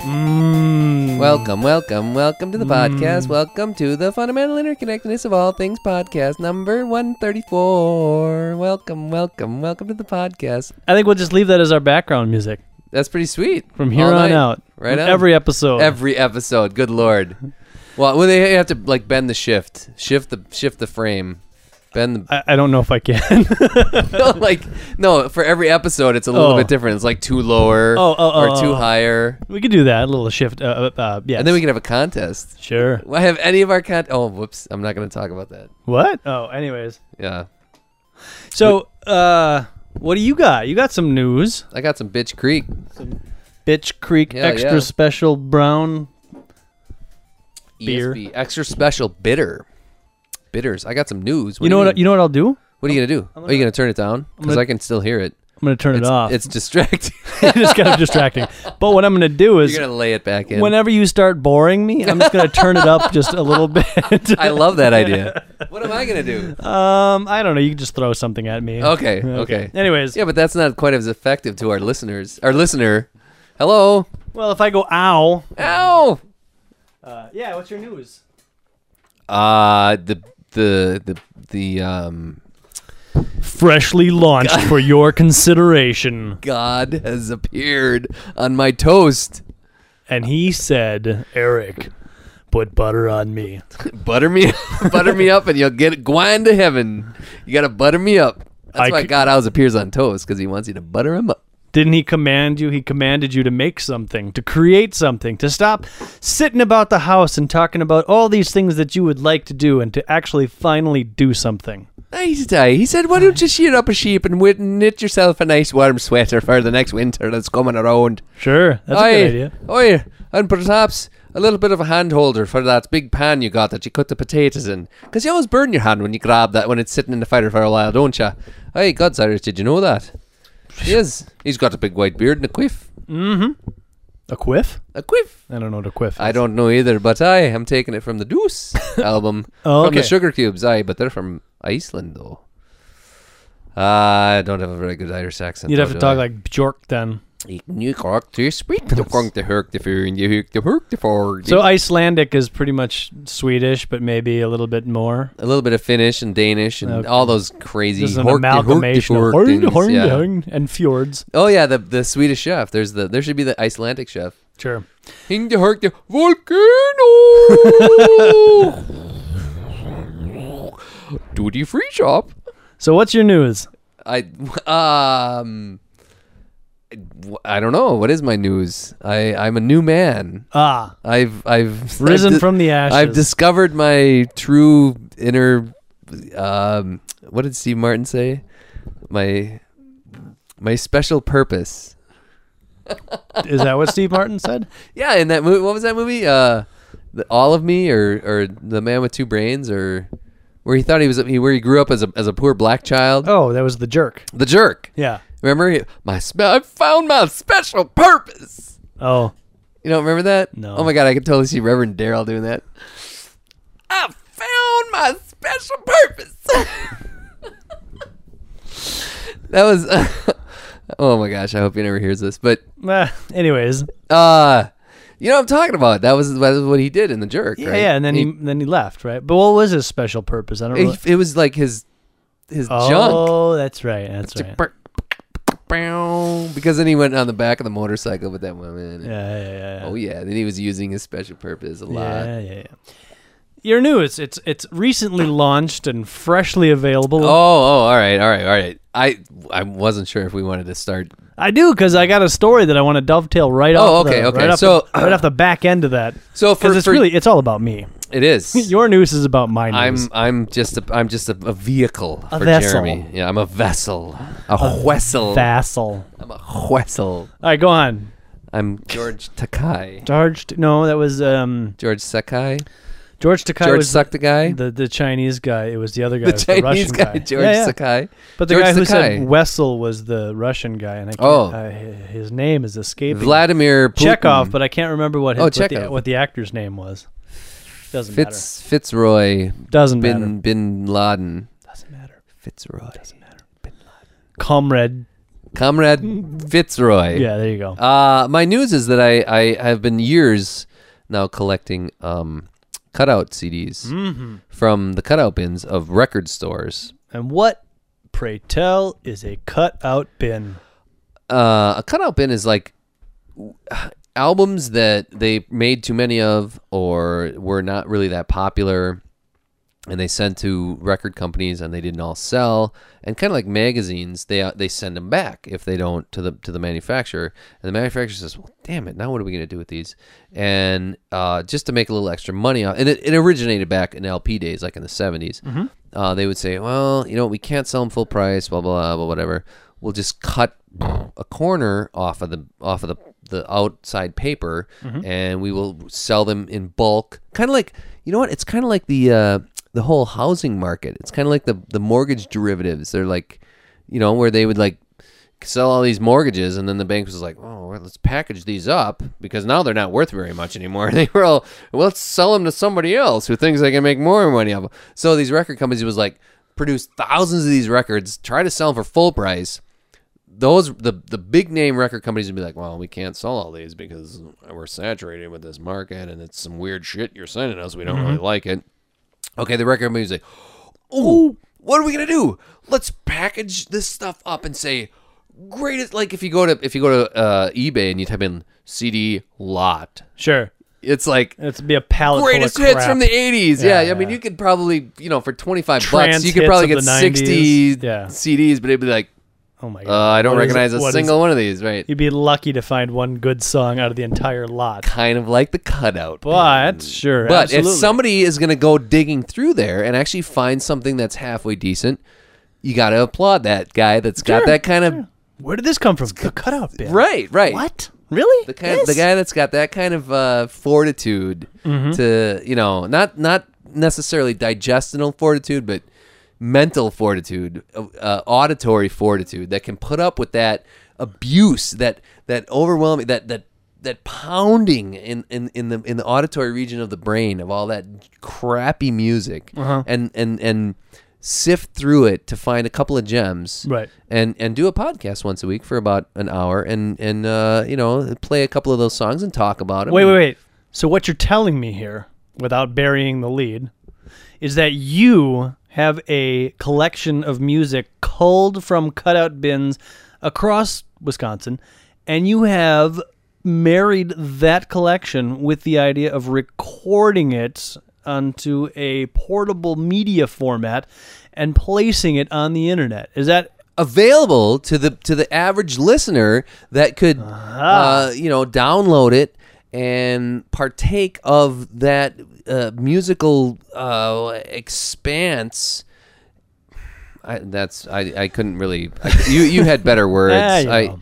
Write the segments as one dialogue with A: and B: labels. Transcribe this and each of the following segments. A: Mm.
B: Welcome, welcome, welcome to the
A: Hmm.
B: podcast. Welcome to the fundamental interconnectedness of all things podcast number 134. Welcome, welcome, welcome to the podcast.
A: I think we'll just leave that as our background music
B: That's pretty sweet.
A: from here
B: All
A: on
B: night,
A: out.
B: Right
A: From
B: on.
A: Every episode.
B: Every episode. Good lord. Well, when they have to like bend the shift, shift the shift the frame, bend
A: I, I don't know if I can.
B: the no, like no. For every episode, it's a little
A: Oh.
B: bit different. It's like too lower
A: Oh, oh,
B: or
A: oh,
B: too
A: oh.
B: higher,
A: we could do that. A little shift. Uh, uh, uh, yes.
B: and then we can have a contest.
A: Sure.
B: Well, have any of our con? Oh, whoops! I'm not going to talk about that.
A: What? Oh, anyways.
B: Yeah,
A: So, uh, what do you got? You got some news.
B: I got some bitch creek.
A: Bitch Creek
B: Yeah,
A: Extra
B: yeah.
A: Special Brown. Beer.
B: ESB extra special bitter bitters. I got some news. What
A: you
B: do
A: know what?
B: mean?
A: You know what I'll do?
B: what are you going to do?
A: I'm
B: are
A: gonna-
B: you going to turn it down? Because
A: gonna-
B: I can still hear it.
A: I'm gonna turn
B: it's,
A: it off. It's,
B: It's distracting.
A: kind of distracting. But what I'm gonna do is,
B: You're going to lay it back in.
A: whenever you start boring me, I'm just gonna turn it up just a little bit.
B: I love that idea. what am I going to do?
A: Um, I don't know. You can just throw something at me.
B: Okay, okay.
A: Anyways,
B: Yeah, but that's not quite as effective to our listeners. Our listener. Hello.
A: well, if I go ow,
B: Ow.
A: uh, yeah. What's your news?
B: Uh the the the the um
A: Freshly launched for your consideration,
B: God has appeared on my toast.
A: and he said, "Eric, put butter on me."
B: Butter me butter me up and you'll get gwine to heaven. You got to butter me up. That's
A: I
B: why
A: c-
B: God always appears on toast cuz he wants you to butter him up.
A: Didn't he command you? He commanded you to make something, to create something, to stop sitting about the house and talking about all these things that you would like to do and to actually finally do something.
B: Nice day. He said, Why don't you shear up a sheep and wit- knit yourself a nice warm sweater for the next winter that's coming around?
A: Sure, that's
B: Aye,
A: a good idea.
B: aye, and perhaps a little bit of a hand holder for that big pan you got that you cut the potatoes in. 'Cause you always burn your hand when you grab that when it's sitting in the fire for a while, don't you? Aye, God's Irish, did you know that? He is. He's got a big white beard and a quiff.
A: Mm-hmm. A quiff?
B: A quiff.
A: I don't know what a quiff. Is.
B: I don't know either, but aye, I'm taking it from the Deuce album.
A: Oh,
B: From the
A: okay.
B: Sugar Cubes, aye, but they're from Iceland, though. I don't have a very good Irish accent.
A: You'd have
B: though,
A: to
B: do I?
A: talk like Bjork then.
B: Ik nu krak te spreek, de kronk de hurk de vuur en de hurk de hurk de voor.
A: So Icelandic is pretty much Swedish, but maybe a little bit more.
B: a little bit of Finnish and Danish and
A: Okay.
B: all those crazy
A: Just an
B: hork-
A: amalgamation of
B: hork-
A: horn,
B: things,
A: horn,
B: yeah.
A: horn, and fjords.
B: Oh yeah, the the Swedish chef. There's the there should be the Icelandic chef.
A: Sure.
B: Hing the hork the volcano. Duty free shop.
A: So what's your news?
B: I um I don't know. What is my news? I I'm a new man.
A: Ah,
B: I've I've
A: risen
B: I've di-
A: from the ashes.
B: I've discovered my true inner. Um, what did Steve Martin say? My my special purpose.
A: is that what Steve Martin said?
B: Yeah, in that movie, what was that movie? Uh, the, All of Me, or or the Man with Two Brains, or where he thought he was he, where he grew up as a as a poor black child.
A: Oh, that was the jerk.
B: The jerk.
A: Yeah.
B: Remember He- my spe- I found my special purpose.
A: Oh,
B: You don't remember that?
A: No.
B: Oh my god, I could totally see Reverend Daryl doing that. I found my special purpose. that was. oh my gosh, I hope he never hears this. But
A: Eh, anyways,
B: uh, you know what I'm talking about. That was, that was what he did in the jerk.
A: yeah,
B: right?
A: yeah, and then he, then he left, right? But what was his special purpose? I don't
B: he-
A: really.
B: it, was like his his junk.
A: Oh, that's right, that's right.
B: Because then he went on the back of the motorcycle with that woman.
A: Yeah, yeah, yeah. yeah.
B: Oh yeah, then he was using his special purpose a lot.
A: yeah, yeah, yeah. Your news. It's it's recently launched and freshly available.
B: Oh, oh, all right, all right, all right. I I wasn't sure if we wanted to start.
A: I do because I got a story that I want to dovetail right
B: Oh,
A: off.
B: okay,
A: the,
B: okay.
A: Right off
B: So-
A: the, right off the back end of that,
B: So for,
A: because it's
B: for
A: really it's all about me.
B: it is.
A: Your news is about my
B: I'm
A: news.
B: I'm just a I'm just a, a vehicle
A: A
B: for
A: vessel.
B: Jeremy. Yeah, I'm a vessel, a, wessel.
A: vassal.
B: I'm a wessel.
A: All right, go on.
B: I'm George Takai.
A: George. No, that was um
B: George Sakai.
A: George Takai
B: George
A: was
B: sucked a guy.
A: the the Chinese guy. It was the other guy.
B: The
A: it was
B: Chinese
A: Russian
B: guy, George
A: yeah, yeah.
B: Sakai.
A: But the
B: George
A: guy who
B: Sakai.
A: said Wessel was the Russian guy, and I can't,
B: Oh.
A: I- his name is escaping.
B: Vladimir Putin.
A: Chekhov, but I can't remember what his,
B: Oh,
A: what, the,
B: Chekhov.
A: what the actor's name was. Doesn't
B: Fitz Fitzroy
A: matter. Doesn't matter.
B: bin Bin Laden.
A: Doesn't matter.
B: Fitzroy.
A: Doesn't matter. Comrade
B: Comrade Fitzroy.
A: Yeah, there you go.
B: Uh, my news is that I, I have been years now collecting um, cutout CDs
A: Hmm?
B: from the cutout bins of record stores.
A: Mm-hmm. and what, pray tell, is a cutout bin?
B: Uh, a cutout bin is like albums that they made too many of or were not really that popular and they sent to record companies and they didn't all sell and kind of like magazines they uh, they send them back if they don't to the to the manufacturer and the manufacturer says well damn it now what are we going to do with these and uh, just to make a little extra money off and it, it originated back in lp days like in the 70s uh, they would say well you know we can't sell them full price blah blah blah, blah whatever we'll just cut a corner off of the off of the the outside paper and we will sell them in bulk kind of like you know what it's kind of like the uh, the whole housing market it's kind of like the the mortgage derivatives they're like you know where they would like sell all these mortgages and then the bank was like oh well, let's package these up because now they're not worth very much anymore they were all well, let's sell them to somebody else who thinks they can make more money off 'em." so these record companies was like produce thousands of these records try to sell them for full price those the the big name record companies would be like, well, we can't sell all these because we're saturated with this market and it's some weird shit you're sending us. We don't really like it. Okay, the record companies say, oh, what are we gonna do? Let's package this stuff up and say greatest. Like if you go to if you go to uh, eBay and you type in CD lot,
A: Sure.
B: it's like
A: It's be a pallet
B: greatest
A: full of
B: hits
A: crap.
B: from the 80s. Yeah,
A: Yeah,
B: I mean,
A: yeah.
B: you could probably, you know, for 25
A: Trance
B: bucks, you could
A: hits
B: probably
A: of
B: get
A: the
B: 60
A: Yeah.
B: CDs, but it'd be like,
A: Oh my
B: uh,
A: god.
B: I don't
A: What is-
B: recognize
A: what
B: a
A: is-
B: single one of these, right?
A: You'd be lucky to find one good song out of the entire lot.
B: kind of like the cutout.
A: But sure,
B: but
A: absolutely.
B: if somebody is going to go digging through there and actually find something that's halfway decent, you got to applaud that guy that's got that kind of
A: Where did this come from? The cutout bin.
B: right, right.
A: What? Really?
B: The kind, the guy that's got that kind of uh, fortitude to you know not not necessarily digestional fortitude, but mental fortitude, uh, uh, auditory fortitude that can put up with that abuse, that that overwhelming, that that that pounding in, in, in the in the auditory region of the brain of all that crappy music and and and sift through it to find a couple of gems
A: Right.
B: and and do a podcast once a week for about an hour and and uh, you know play a couple of those songs and talk about it.
A: Wait, wait, wait. So what you're telling me here, without burying the lead, is that you have a collection of music culled from cutout bins across Wisconsin, and you have married that collection with the idea of recording it onto a portable media format and placing it on the internet. Is that
B: Available to the to the average listener that could
A: Uh-huh.
B: uh, you know download it and partake of that uh, musical uh, expanse. I, that's I, I couldn't really I, you you had better words.
A: Ah, you
B: I
A: know.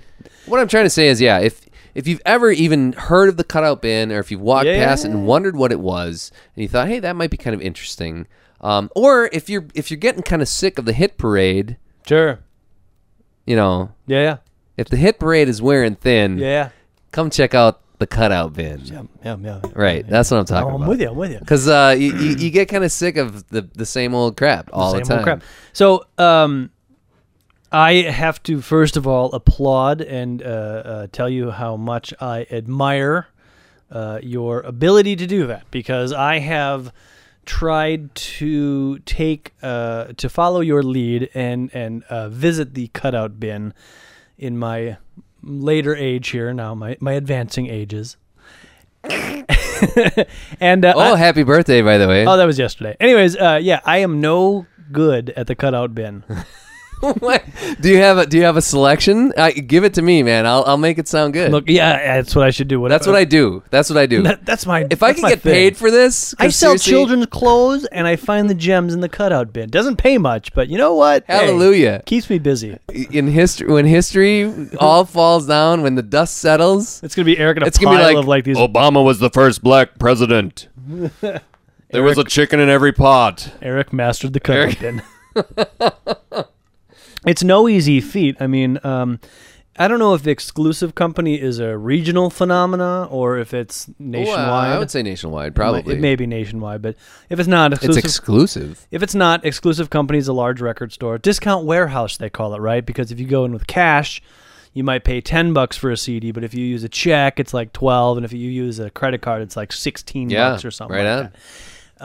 B: what I'm trying to say is yeah if if you've ever even heard of the cutout bin or if you've walked
A: Yeah.
B: past it and wondered what it was and you thought hey that might be kind of interesting um, or if you're if you're getting kind of sick of the hit parade
A: sure?
B: you know
A: Yeah,
B: if the hit parade is wearing thin
A: yeah,
B: come check out the cutout bin
A: yeah, yeah, yeah.
B: right that's what I'm talking
A: Oh, I'm
B: about
A: with you. I'm with you.
B: because uh, you, you, you get kind of sick of the, the same old crap all the,
A: Same
B: time
A: old crap. So, um, I have to first of all applaud and uh, uh, tell you how much I admire uh, your ability to do that because I have tried to take uh, to follow your lead and and uh, visit the cutout bin in my later age here now my my advancing ages and uh, I-
B: oh happy birthday by the way
A: Oh, that was yesterday. Anyways, uh, yeah, I am no good at the cutout bin.
B: What? do you have a do you have a selection uh, give it to me man I'll, I'i'll make it sound good
A: Look, yeah, that's what I should do. What
B: that's what I do that's what I do
A: That, that's my.
B: If I
A: that's
B: can
A: my
B: get
A: thing.
B: paid for this, 'cause
A: I sell
B: seriously,
A: children's clothes and I find the gems in the cutout bin. Doesn't pay much, but you know what? Hey,
B: Hallelujah.
A: keeps me busy.
B: In history, when history all falls down, when the dust settles,
A: It's gonna be Eric and a
B: it's
A: pile
B: gonna be like, oh.
A: of like these.
C: Obama was the first black president. there was a chicken in every pot.
A: Eric mastered the cutout bin. it's no easy feat. I mean, um, I don't know if the exclusive company is a regional phenomena or if it's nationwide.
B: I would say nationwide, probably.
A: It may be nationwide, but if it's not
B: it's
A: exclusive,
B: exclusive.
A: if it's not exclusive companies, a large record store, discount warehouse they call it, right? Because if you go in with cash, you might pay ten bucks for a CD, but if you use a check, it's like twelve, and if you use a credit card, it's like sixteen
B: Yeah,
A: bucks or something.
B: right
A: like
B: on.
A: that.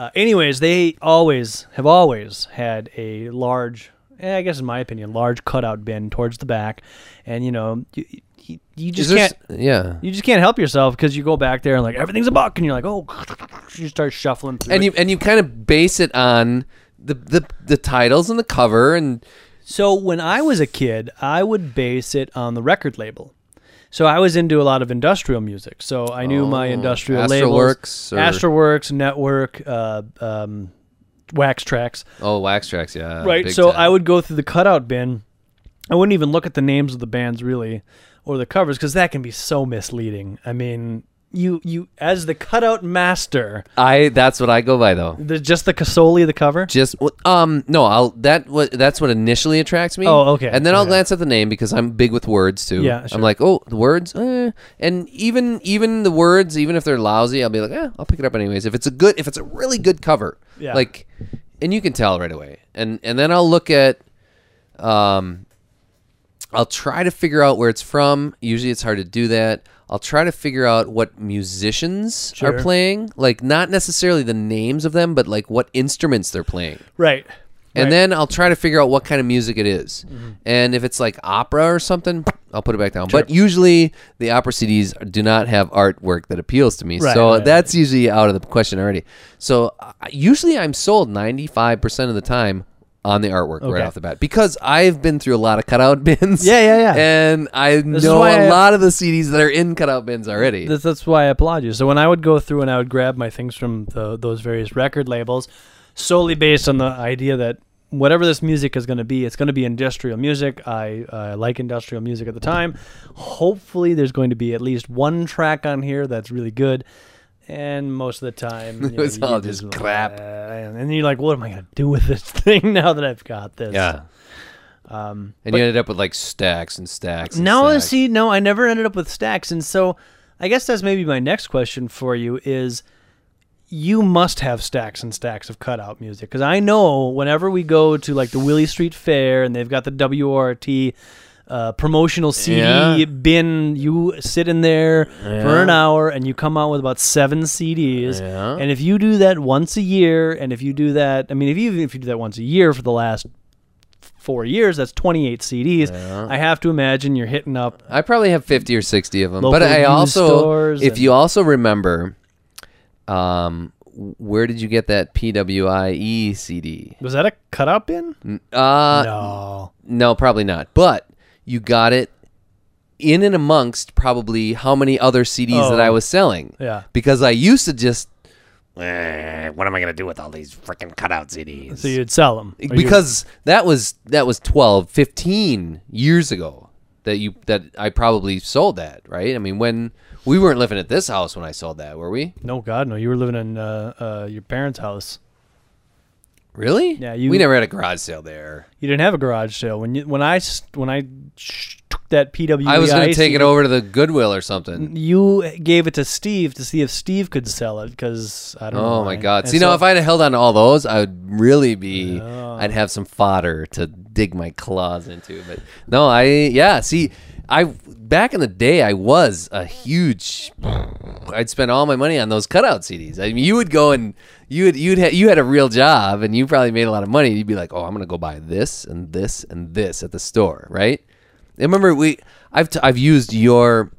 A: Uh, anyways, they always have always had a large, eh, I guess in my opinion, large cutout bin towards the back, and you know you, you, you
B: Is
A: just
B: there
A: can't
B: s- yeah.
A: you just can't help yourself because you go back there and like everything's a buck, and you're like, oh, you start shuffling. Through
B: and
A: it.
B: you and you kind of base it on the, the the titles and the cover and
A: so when I was a kid, I would base it on the record label. So I was into a lot of industrial music. So I knew my
B: Oh,
A: industrial
B: Astroworks or-
A: labels, Astroworks, Network, uh, um, Wax Tracks.
B: oh wax tracks yeah
A: right.
B: big
A: So
B: time.
A: I would go through the cutout bin. I wouldn't even look at the names of the bands really, or the covers, because that can be so misleading. I mean, you you as the cutout master,
B: I that's what I go by though.
A: the, just the casoli of the cover.
B: Just well, um no I'll that what that's what initially attracts me.
A: Oh, okay,
B: And then I'll
A: okay.
B: glance at the name because I'm big with words too.
A: Yeah, sure.
B: I'm like oh the words eh. and even even the words even if they're lousy I'll be like eh, I'll pick it up anyways if it's a good if it's a really good cover
A: Yeah.
B: like and you can tell right away and and then I'll look at um I'll try to figure out where it's from. Usually it's hard to do that. I'll try to figure out what musicians
A: Sure.
B: are playing, like not necessarily the names of them, but like what instruments they're playing.
A: Right. Right.
B: And
A: Mm-hmm.
B: then I'll try to figure out what kind of music it is. And if it's like opera or something, I'll put it back down. But usually the opera CDs do not have artwork that appeals to me.
A: Right,
B: so
A: right,
B: that's usually out of the question already. So uh, usually I'm sold 95% of the time on the artwork right
A: Okay.
B: off the bat because I've been through a lot of cutout bins.
A: Yeah, yeah, yeah.
B: And I
A: is
B: know
A: why
B: a
A: I-
B: lot of the CDs that are in cutout bins already.
A: That's, that's why I applaud you. So when I would go through and I would grab my things from the, those various record labels, solely based on the idea that whatever this music is going to be, it's going to be industrial music. I uh, like industrial music at the time. Hopefully, there's going to be at least one track on here that's really good. And most of the time, you know,
B: It's all
A: you
B: just crap.
A: uh, and then you're like, "What am I going to do with this thing now that I've got this?"
B: yeah.
A: Um,
B: And you ended up with like stacks and stacks. And
A: no,
B: stacks.
A: see, no, I never ended up with stacks, and so I guess that's maybe my next question for you is you must have stacks and stacks of cutout music because I know whenever we go to like the Willie Street Fair and they've got the WRT uh, promotional CD
B: Yeah.
A: bin, you sit in there for an hour and you come out with about seven CDs.
B: Yeah.
A: And if you do that once a year, and if you do that, I mean, if even if you do that once a year for the last four years, that's 28 CDs. I have to imagine you're hitting up.
B: I probably have 50 or 60 of them. but
A: Local
B: I
A: used
B: also,
A: stores
B: if
A: and-
B: you also remember, um, where did you get that PWIE CD?
A: Was that a cutout bin?
B: N- E Uh, no.
A: no.
B: probably not. But you got it in and amongst probably how many other CDs that
A: Oh.
B: I was selling.
A: Yeah.
B: Because I used to just,
C: Eh, what am I gonna do with all these freaking cutout CDs?
A: So you'd sell them
B: because that was, that was 12, 15 years ago that you, that I probably sold that, right? I mean, when, we weren't living at this house when I sold that, were we?
A: no, God, no. You were living in uh, uh, your parents' house.
B: Really?
A: Yeah, you-
B: We never had a garage sale there.
A: You didn't have a garage sale when you when I s- when I sh- took that PW.
B: I was going to take it over to the Goodwill or something.
A: You gave it to Steve to see if Steve could sell it because I don't. know
B: Oh
A: why.
B: my God!
A: And
B: See, now
A: so-
B: if I'd have held on to all those, I would really be. I'd have some fodder to dig my claws into. But no, I yeah. See, I back in the day, I was a huge. I'd spend all my money on those cutout CDs. I mean, you would go and you would you'd ha- you had a real job and you probably made a lot of money. You'd be like, oh, I'm going to go buy this and this and this at the store, right? I remember we I've t- I've used your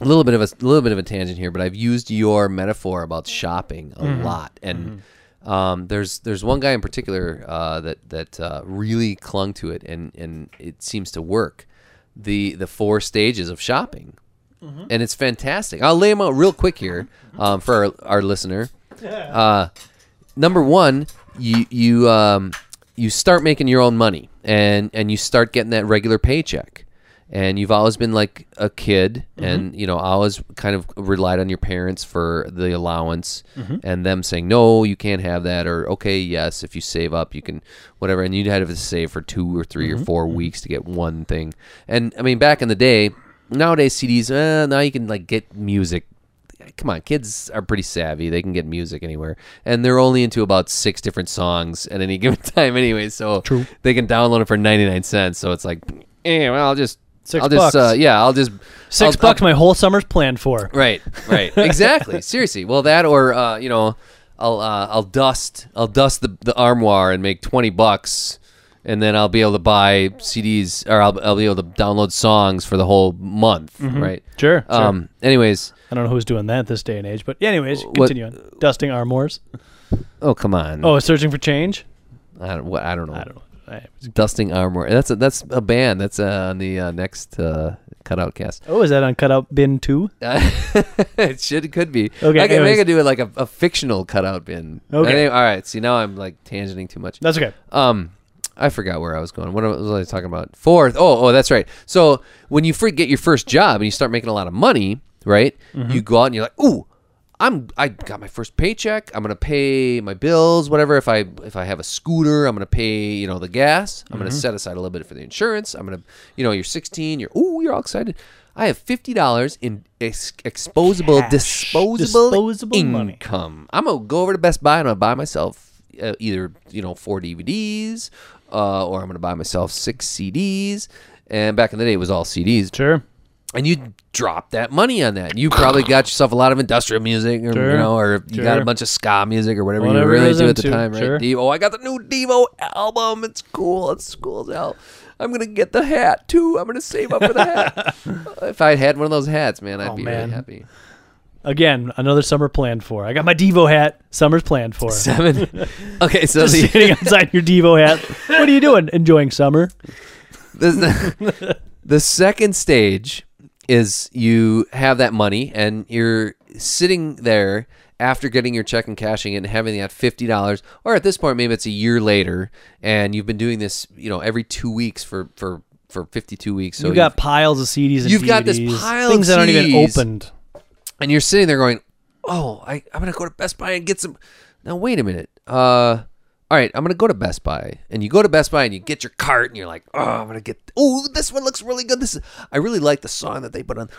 B: a little bit of a little bit of a tangent here, but I've used your metaphor about shopping a lot, and um, there's there's one guy in particular uh, that that uh, really clung to it, and and it seems to work. The the four stages of shopping, and it's fantastic. I'll lay them out real quick here um, for our, our listener. Uh, number one, you you um, you start making your own money, and and you start getting that regular paycheck, and you've always been like a kid and you know always kind of relied on your parents for the allowance and them saying no you can't have that or okay yes if you save up you can whatever and you'd have to save for two or 3 or 4 weeks to get one thing and i mean back in the day nowadays cds eh, now you can like get music come on, kids are pretty savvy. They can get music anywhere, and they're only into about six different songs at any given time, anyway. So
A: True.
B: they can download it for ninety nine cents. So it's like, eh, well, I'll just
A: Six
B: I'll just,
A: bucks.
B: Uh, yeah, I'll just
A: 6
B: I'll-
A: bucks
B: I'll-
A: my whole summer's planned for.
B: right, right, exactly. Seriously, well, that or uh, you know, I'll uh, I'll dust I'll dust the, the armoire and make twenty bucks. And then I'll be able to buy CDs, or I'll, I'll be able to download songs for the whole month, right?
A: Mm-hmm. Sure. sure.
B: Um. Anyways,
A: I don't know who's doing that this day and age, but yeah, anyways,
B: What-
A: continue on. Dusting armors.
B: oh come on.
A: Oh, searching for change?
B: I don't. What, I don't know.
A: I don't know. I-
B: Dusting Armor. That's a, that's a band. That's uh, on the uh, next uh, cutout cast.
A: Oh, is that on cutout bin two?
B: it should could be.
A: Okay,
B: I could, I
A: anyways.
B: could do it like a, a fictional cutout bin.
A: Okay.
B: Anyway, all right. See now I'm like tangenting too much.
A: That's okay.
B: Um, I forgot where I was going. What was I talking about? Fourth. Oh, oh, that's right. So when you fr- get your first job and you start making a lot of money, right?
A: Mm-hmm.
B: You go out and you're like, ooh. I'm. I got my first paycheck. I'm gonna pay my bills, whatever. If I if I have a scooter, I'm gonna pay you know the gas. I'm gonna
A: Mm-hmm.
B: set aside a little bit for the insurance. I'm gonna, you know, you're 16. You're ooh, you're all excited. I have fifty dollars in ex- exposable, disposable,
A: Disposable money.
B: income. I'm gonna go over to Best Buy and I'm gonna buy myself uh, either you know four DVDs, uh, or I'm gonna buy myself six CDs. And back in the day, it was all CDs.
A: Sure.
B: And you drop that money on that. You probably got yourself a lot of industrial music, or you
A: Sure.
B: know, or you got a
A: Sure.
B: bunch of ska music or whatever,
A: Whatever
B: you
A: it
B: really
A: is
B: do at the
A: into,
B: time, right?
A: sure.
B: Devo, I got the new Devo album. It's cool. It's cool as hell. I'm gonna get the hat too. I'm gonna save up for the hat. if I had one of those hats, man, I'd
A: Oh,
B: be
A: man.
B: really happy.
A: Again, another summer planned for. I got my Devo hat. Summer's planned for.
B: Seven. Okay, so
A: Just
B: the,
A: sitting outside your Devo hat. What are you doing? Enjoying summer?
B: the, the second stage is you have that money and you're sitting there after getting your check and cashing it and having that $50 or at this point maybe it's a year later and you've been doing this you know every two weeks for for for 52 weeks so
A: you
B: you've-
A: got piles of CDs and
B: you've got this
A: DVDs,
B: pile of
A: things that aren't even
B: CDs.
A: opened.
B: and you're sitting there going, "Oh, I, I'm gonna go to Best Buy and get some." Now wait a minute. Uh, all right, I'm gonna go to Best Buy, and you go to Best Buy and you get your cart, and you're like, "Oh, I'm gonna get. Oh, this one looks really good. This is. I really like the song that they put on.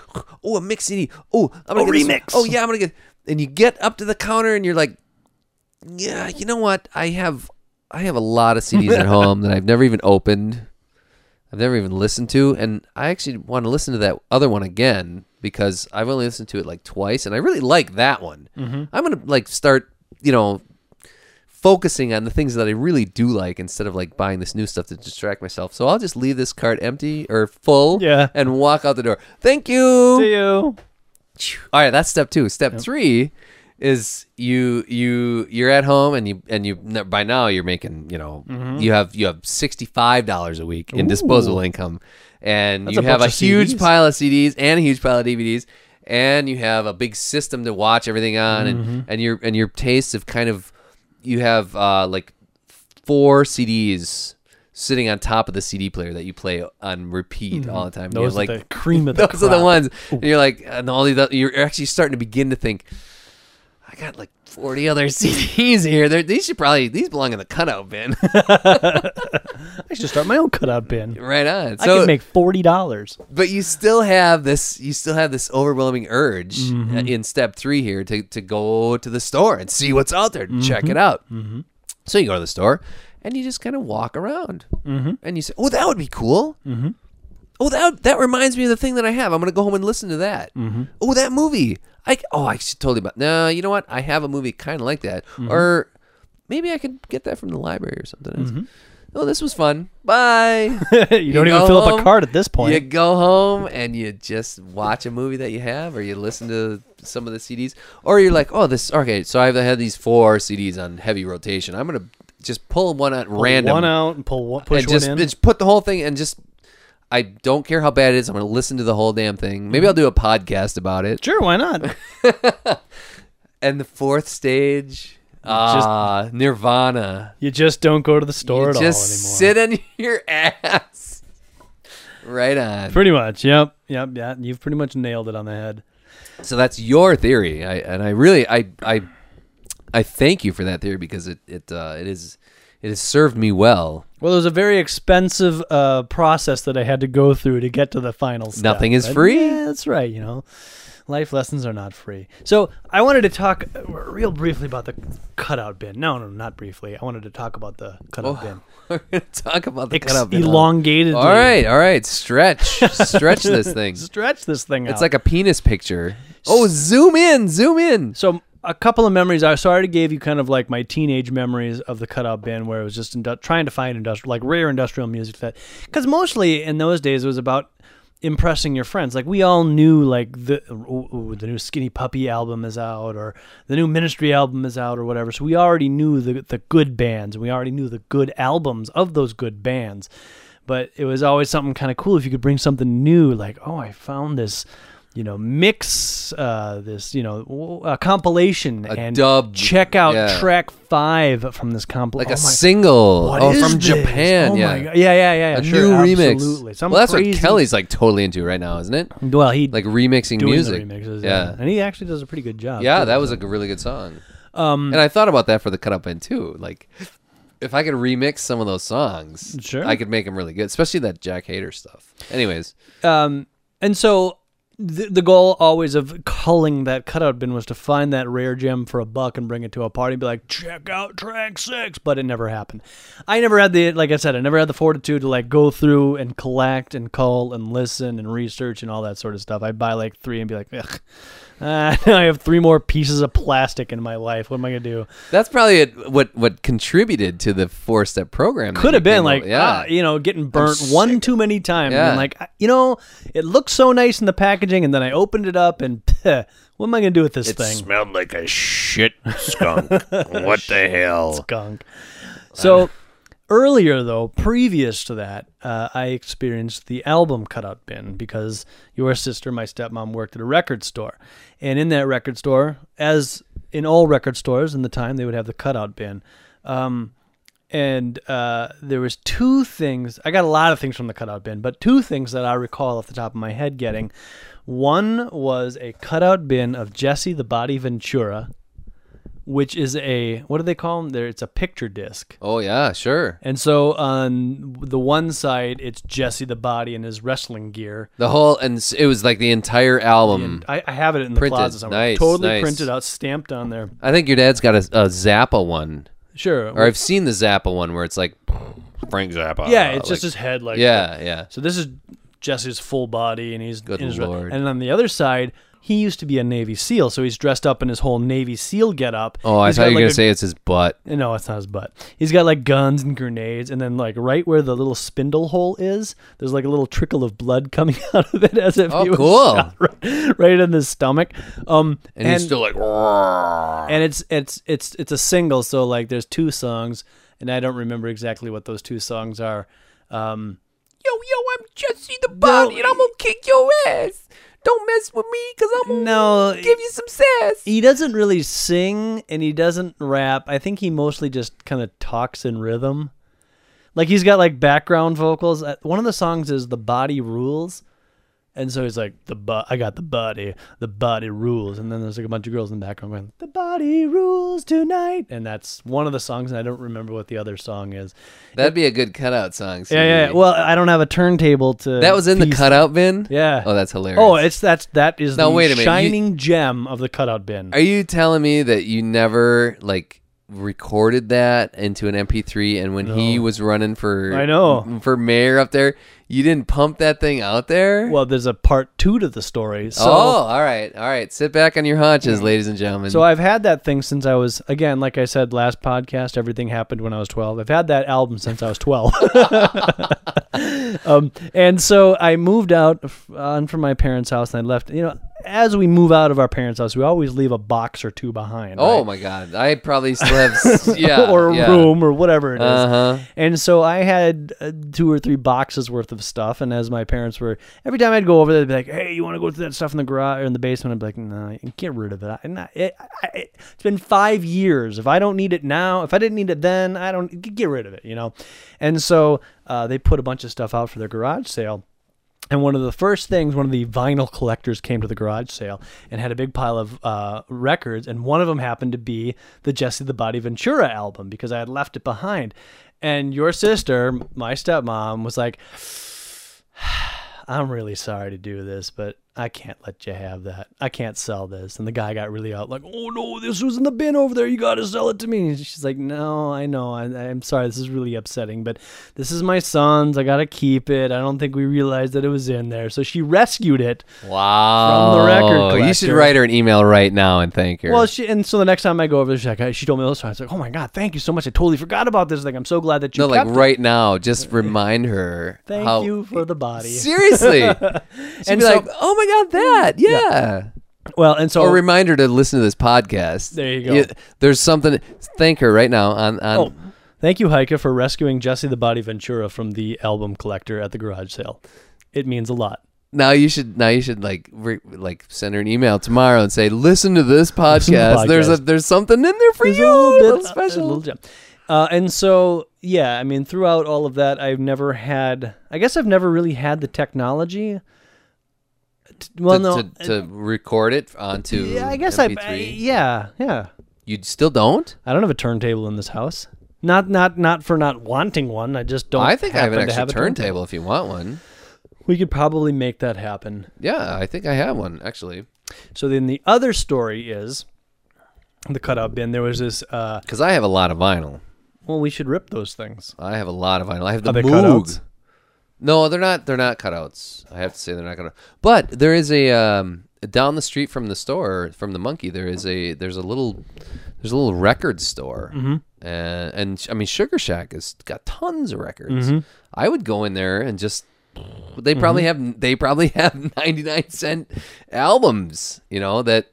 B: Oh, a mix CD. Oh, I'm gonna
A: Oh,
B: get this-
A: remix.
B: Oh yeah, I'm gonna get. And you get up to the counter, and you're like, "Yeah, you know what? I have, I have a lot of CDs at home that I've never even opened." I've never even listened to, and I actually want to listen to that other one again because I've only listened to it like twice, and I really like that one.
A: Mm-hmm.
B: I'm gonna like start, you know, focusing on the things that I really do like instead of like buying this new stuff to distract myself. So I'll just leave this cart empty or full,
A: Yeah.
B: and walk out the door. Thank you.
A: See you.
B: All right, that's step two. Step three is you you you're at home and you and you by now you're making you know
A: Mm-hmm.
B: you have you have sixty five dollars a week in disposable income, and
A: That's
B: you
A: a
B: have a
A: bunch of
B: huge
A: CDs.
B: pile of CDs and a huge pile of DVDs, and you have a big system to watch everything on,
A: Mm-hmm.
B: and and your and your tastes have kind of you have uh, like four CDs sitting on top of the CD player that you play on repeat all the time. You
A: Mm-hmm. Those
B: have, like
A: are the cream of the
B: those are the
A: crop.
B: ones and you're like and all these other, you're actually starting to begin to think i got like 40 other cds here They're, these should probably these belong in the cutout bin
A: I should start my own cutout bin.
B: right on
A: I
B: so
A: could make forty dollars.
B: but you still have this you still have this overwhelming urge uh, in step three here to, to go to the store and see what's out there check it out so you go to the store and you just kind of walk around and you say oh that would be cool oh that that reminds me of the thing that I have. I'm gonna go home and listen to that. Oh, that movie. I oh I should totally. But no, you know what? I have a movie kind of like that, or maybe I could get that from the library or something. else. Oh, this was fun. Bye.
A: you don't even
B: go
A: fill up
B: home,
A: a card at this point.
B: you go home and you just watch a movie that you have, or you listen to some of the CDs, or you're like, oh this okay. So I've had these four CDs on heavy rotation. I'm gonna just pull one out random
A: One out and pull one, push
B: and just,
A: one in.
B: just put the whole thing and just I don't care how bad it is. I'm going to listen to the whole damn thing. Maybe I'll do a podcast about it.
A: sure, why not?
B: And the fourth stage, ah, Nirvana.
A: You just don't go to the store
B: You
A: at
B: just
A: all anymore.
B: sit on your ass Right on.
A: Pretty much. Yep. Yep. Yeah. You've pretty much nailed it on the head.
B: So that's your theory, I, and I really, I, I, I thank you for that theory because it, it, uh, it is, it has served me well.
A: Well, it was a very expensive uh, process that I had to go through to get to the final step.
B: Nothing is
A: but
B: free.
A: Yeah, that's right. You know, life lessons are not free. So I wanted to talk uh, real briefly about the cutout bin. No, no, not briefly. I wanted to talk about the cutout bin.
B: We're gonna talk about the
A: Ex-
B: Oh, cutout bin.
A: elongated.
B: All right, all right. Stretch, stretch this thing.
A: Stretch this thing out.
B: It's like a penis picture. Oh, zoom in, zoom in.
A: So a couple of memories. I so I already gave you kind of like my teenage memories of the cutout bin, where it was just indu- trying to find industrial, like rare industrial music that, because mostly in those days it was about impressing your friends. Like we all knew, like the ooh, ooh, the new Skinny Puppy album is out, or the new Ministry album is out, or whatever. So we already knew the the good bands. We already knew the good albums of those good bands. But it was always something kind of cool if you could bring something new, like oh, I found this you know, mix uh, this, you know, w- a compilation
B: A
A: and
B: dub,
A: check out
B: yeah.
A: track five from this compilation.
B: Like a single.
A: Oh What
B: oh,
A: is
B: from
A: this?
B: Japan.
A: Oh
B: yeah.
A: my God. yeah, yeah, yeah, yeah.
B: A
A: sure,
B: new remix.
A: Absolutely. Some
B: well, that's
A: crazy,
B: what Kelly's like totally into right now, isn't it?
A: Well, he
B: Like remixing
A: doing
B: music.
A: the remixes,
B: yeah.
A: and he actually does a pretty good job.
B: Yeah,
A: too.
B: that was like a really good song. Um, and I thought about that for the cut up in too. Like, if I could remix some of those songs,
A: Sure.
B: I could make them really good, especially that Jack Hater stuff. Anyways,
A: um, and so the, the goal always of culling that cutout bin was to find that rare gem for a buck and bring it to a party and be like check out track six but it never happened i never had the like i said i never had the fortitude to like go through and collect and cull and listen and research and all that sort of stuff i'd buy like three and be like Ugh, uh, now i have three more pieces of plastic in my life what am i gonna do
B: that's probably it, what what contributed to the four step program. that
A: could
B: you
A: have been
B: came
A: like
B: up-
A: ah, you know getting burnt
B: sick
A: one too many times
B: Yeah.
A: and like I- you know it looks so nice in the packaging and then i opened it up and "Pah, what am i gonna do with this thing
C: Smelled like a shit skunk. what the hell?
A: skunk so earlier though previous to that uh, i experienced the album cutout bin because your sister my stepmom worked at a record store and in that record store as in all record stores in the time they would have the cutout bin Um, and uh, there was two things i got a lot of things from the cutout bin but two things that i recall off the top of my head getting one was a cutout bin of jesse the body ventura which is a what do they call them there it's a picture disc
B: Oh yeah, sure.
A: and so on the one side it's jesse the body in his wrestling gear
B: The whole and s- it was like the entire album.
A: and I, I have it in the
B: Hmm. Printed.
A: closet somewhere
B: Nice,
A: totally
B: nice.
A: printed out stamped on there
B: I think your dad's got a, a Zappa one,
A: sure
B: or I've seen the Zappa one where it's like,
C: Frank Zappa.
A: yeah it's just
B: like-
A: his head like
B: yeah, yeah.
A: So this is Jesse's full body, and he's
B: Good
A: in his,
B: lord.
A: And on the other side, he used to be a Navy SEAL, so he's dressed up in his whole Navy SEAL getup.
B: Oh, I
A: He's
B: thought
A: got
B: you were
A: like
B: gonna
A: a-
B: say it's his butt.
A: no, it's not his butt. He's got like guns and grenades, and then like right where the little spindle hole is, there's like a little trickle of blood coming out of it as if
B: Oh,
A: he was
B: cool.
A: shot right, right in his stomach. Um,
B: And, he's still like,
A: and it's it's it's it's a single so like there's two songs and i don't remember exactly what those two songs are um yo yo i'm jesse the body and i'm gonna
B: kick your ass. Don't mess with me, cause I'm gonna
A: no
B: you some sass.
A: he doesn't really sing and he doesn't rap i think he mostly just kind of talks in rhythm like he's got like background vocals Uh, one of the songs is the body rules and so he's like the bo- i got the body the body rules and then there's like a bunch of girls in the background going the body rules tonight and that's one of the songs and i don't remember what the other song is
B: That'd be a good cutout song.
A: yeah yeah, yeah.
B: CD.
A: well i don't have a turntable to
B: that was in the
A: piece-
B: cutout bin.
A: yeah
B: Oh, that's hilarious.
A: oh it's that's that is
B: Now,
A: the
B: wait a minute, you-
A: shining gem of the cutout bin
B: Are you telling me that you never like recorded that into an MP3 and when he was running for
A: I know.
B: for mayor up there, you didn't pump that thing out there?
A: Well, there's a part two to the story. So,
B: oh, all right. All right. Sit back on your haunches, ladies and gentlemen.
A: so I've had that thing since I was, again, like I said last podcast, everything happened when I was 12. I've had that album since I was 12. um, and so I moved out f- on from my parents' house and I left, you know, as we move out of our parents' house, we always leave a box or two behind.
B: oh
A: right?
B: my god. I probably still have s- yeah,
A: or a
B: yeah.
A: room or whatever it is.
B: Uh-huh.
A: And so I had uh, two or three boxes worth of stuff. And as my parents were, every time I'd go over there, they'd be like, "Hey, you want to go through that stuff in the garage or in the basement?" I'd be like, "No, you can get rid of it. I, and I- it, I, it. It's been five years. If I don't need it now, if I didn't need it then, I don't g- get rid of it. You know." And so uh, they put a bunch of stuff out for their garage sale. And one of the first things, one of the vinyl collectors came to the garage sale and had a big pile of uh, records. And one of them happened to be the Jesse the Body Ventura album because I had left it behind. And your sister, my stepmom, was like, I'm really sorry to do this, but I can't let you have that. I can't sell this. And the guy got really out, like, oh no, this was in the bin over there. You got to sell it to me. And she's like, no, I know. I, I'm sorry. This is really upsetting, but this is my son's. I got to keep it. I don't think we realized that it was in there. So she rescued it.
B: Wow.
A: From the record
B: You should
A: collector.
B: write her an email right now and thank her.
A: Well, she, and so the next time I go over there, she's like, she told me this time. I was like, oh my God, thank you so much. I totally forgot about this thing. I'm so glad that you
B: no, like
A: kept it.
B: right now, just remind her.
A: Thank
B: how-
A: you for the body.
B: Seriously. She'd
A: And
B: be
A: so-
B: like, oh my God, that. Yeah.
A: Well, and so
B: Or remind her to listen to this podcast.
A: There you go.
B: there's something. Thank her right now on. on
A: Oh, thank you, Heike, for rescuing Jesse the Body Ventura from the album collector at the garage sale. It means a lot.
B: Now you should now you should like re, like send her an email tomorrow and say listen to this
A: Listen to the
B: podcast. There's a
A: podcast.
B: there's something in there for
A: There's a
B: you.
A: little bit
B: little special.
A: a little gem. Uh, and so, yeah, I mean, throughout all of that, I've never had. I guess I've never really had the technology. t- well,
B: to,
A: no.
B: to, to record it onto.
A: yeah, I guess I,
B: MP3.
A: I. Yeah, yeah.
B: You still don't?
A: I don't have a turntable in this house. Not, not, not for not wanting one. I just don't.
B: I think I have an
A: happen to
B: extra
A: a
B: turntable if you want one.
A: We could probably make that happen.
B: Yeah, I think I have one actually.
A: So then the other story is the cutout bin. There was this. Uh,
B: Because I have a lot of vinyl.
A: well, we should rip those things.
B: I have a lot of vinyl. I have the
A: Are they
B: Moog.
A: cutouts?
B: No, they're not. They're not cutouts. I have to say they're not cutouts. But there is a um, down the street from the store from the monkey. There is a there's a little there's a little record store, mm-hmm. uh, and I mean Sugar Shack has got tons of records.
A: Mm-hmm.
B: I would go in there and just they probably
A: Mm-hmm.
B: have they probably have 99 cent albums. You know that.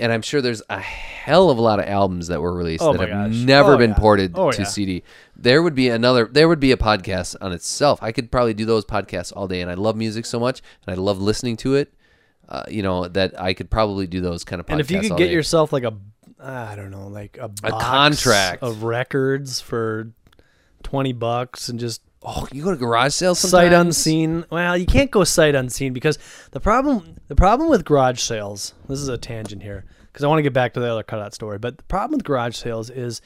B: And I'm sure there's a hell of a lot of albums that were released
A: Oh
B: that
A: my
B: have
A: gosh.
B: never
A: Oh,
B: been
A: yeah.
B: ported
A: Oh,
B: to
A: yeah.
B: CD. There would be another. There would be a podcast on itself. I could probably do those podcasts all day, and I love music so much, and I love listening to it. Uh, you know that I could probably do those kind of podcasts.
A: And if you could
B: all
A: get
B: day.
A: yourself like a, I don't know, like a, box
B: contract.
A: of records for twenty bucks and just
B: oh, you go to garage sales
A: sight
B: sometimes?
A: unseen. Well, you can't go sight unseen because the problem the problem with garage sales. This is a tangent here because I want to get back to the other cutout story. But the problem with garage sales is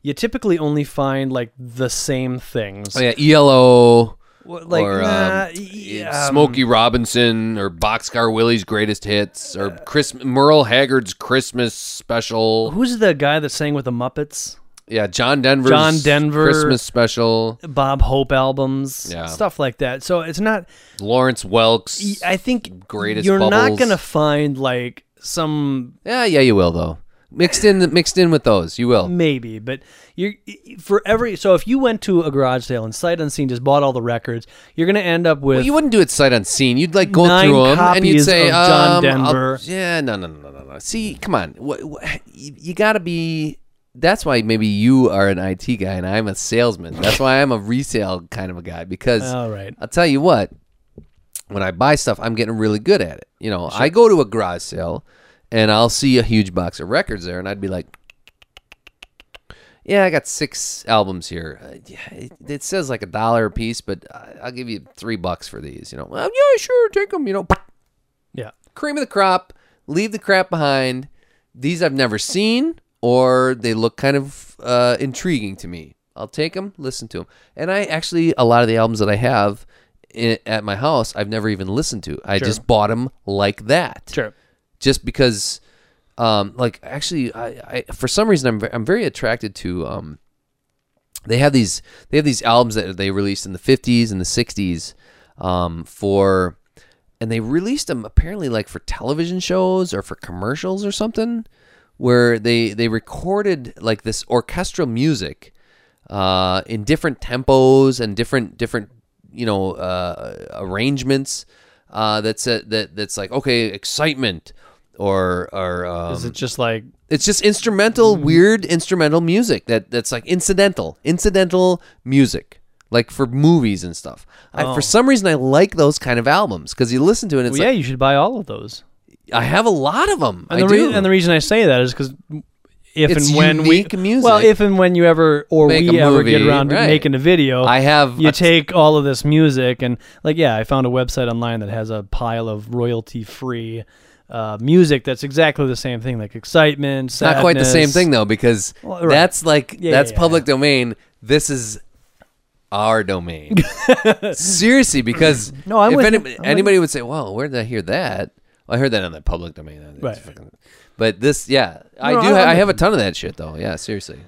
A: you typically only find like the same things.
B: Oh yeah, ELO
A: Well, Like
B: or
A: nah,
B: um,
A: yeah, um,
C: Smokey Robinson or Boxcar Willie's greatest hits or Chris Merle Haggard's Christmas special.
A: Who's the guy that sang with the Muppets?
B: Yeah, John Denver's
A: John Denver.
B: Christmas special.
A: Bob Hope albums,
B: Yeah.
A: stuff like that. So it's not.
B: Lawrence Welk's.
A: I think
B: Greatest
A: You're
B: Bubbles.
A: not gonna find like some
B: yeah, yeah, you will though. Mixed in, mixed in with those, you will.
A: maybe, but you're for every. So if you went to a garage sale and sight unseen just bought all the records, you're gonna end up with.
B: Well, you wouldn't do it sight unseen. You'd like go
A: Nine
B: through them and you'd
A: copies
B: say,
A: of John
B: um, I'll-
A: Denver.
B: yeah, no, no, no, no, no. See, come on. What, what, you you gotta be. That's why maybe you are an IT guy and I'm a salesman. That's why I'm a resale kind of a guy because
A: all right.
B: I'll tell you what. When I buy stuff, I'm getting really good at it. You know, I go to a garage sale and I'll see a huge box of records there, and I'd be like, "Yeah, I got six albums here. Uh, yeah, it, it says like a dollar a piece, but I- I'll give you three bucks for these." You know, well, yeah, sure, take them. You know,
A: Yeah.
B: cream of the crop, leave the crap behind. These I've never seen, or they look kind of uh, intriguing to me. I'll take them, listen to them. And I actually, a lot of the albums that I have i at my house, I've never even listened to. I just bought them like that.
A: Sure.
B: Just because, um, like, actually, I, I for some reason, I'm, ve- I'm very attracted to. Um, they have these they have these albums that they released in the 50s and the 60s um, for and they released them apparently like for television shows or for commercials or something where they they recorded like this orchestral music uh, in different tempos and different different you know uh, arrangements uh, that's a, that that's like okay excitement or or um,
A: Is it just like
B: it's just instrumental,
A: Mm-hmm.
B: weird instrumental music that that's like incidental, incidental music, like for movies and stuff. I, for some reason, I like those kind of albums because you listen to it. and It's
A: Oh. well, yeah, you should buy all of those.
B: like I have a lot of them.
A: And
B: I
A: the rea-
B: do.
A: and the reason I say that is because if
B: It's
A: and when we
B: unique music.
A: well, if and when you ever or
B: Make
A: we
B: a
A: ever
B: movie,
A: get around to
B: right.
A: making a video,
B: I have
A: you
B: a-
A: take all of this music and like yeah, I found a website online that has a pile of royalty free. Uh, music that's exactly the same thing, like excitement. Sadness.
B: not quite the same thing though because
A: Well, right.
B: that's like
A: Yeah,
B: that's
A: yeah, yeah.
B: public domain this is our domain seriously because
A: No, I'm
B: if
A: with
B: any-
A: you. I'm with
B: anybody would say well where did i hear that Well, i heard that on the public domain It's
A: Right.
B: fucking- but this yeah i
A: No,
B: do
A: I'm
B: ha- i
A: with
B: have a ton of that shit though yeah seriously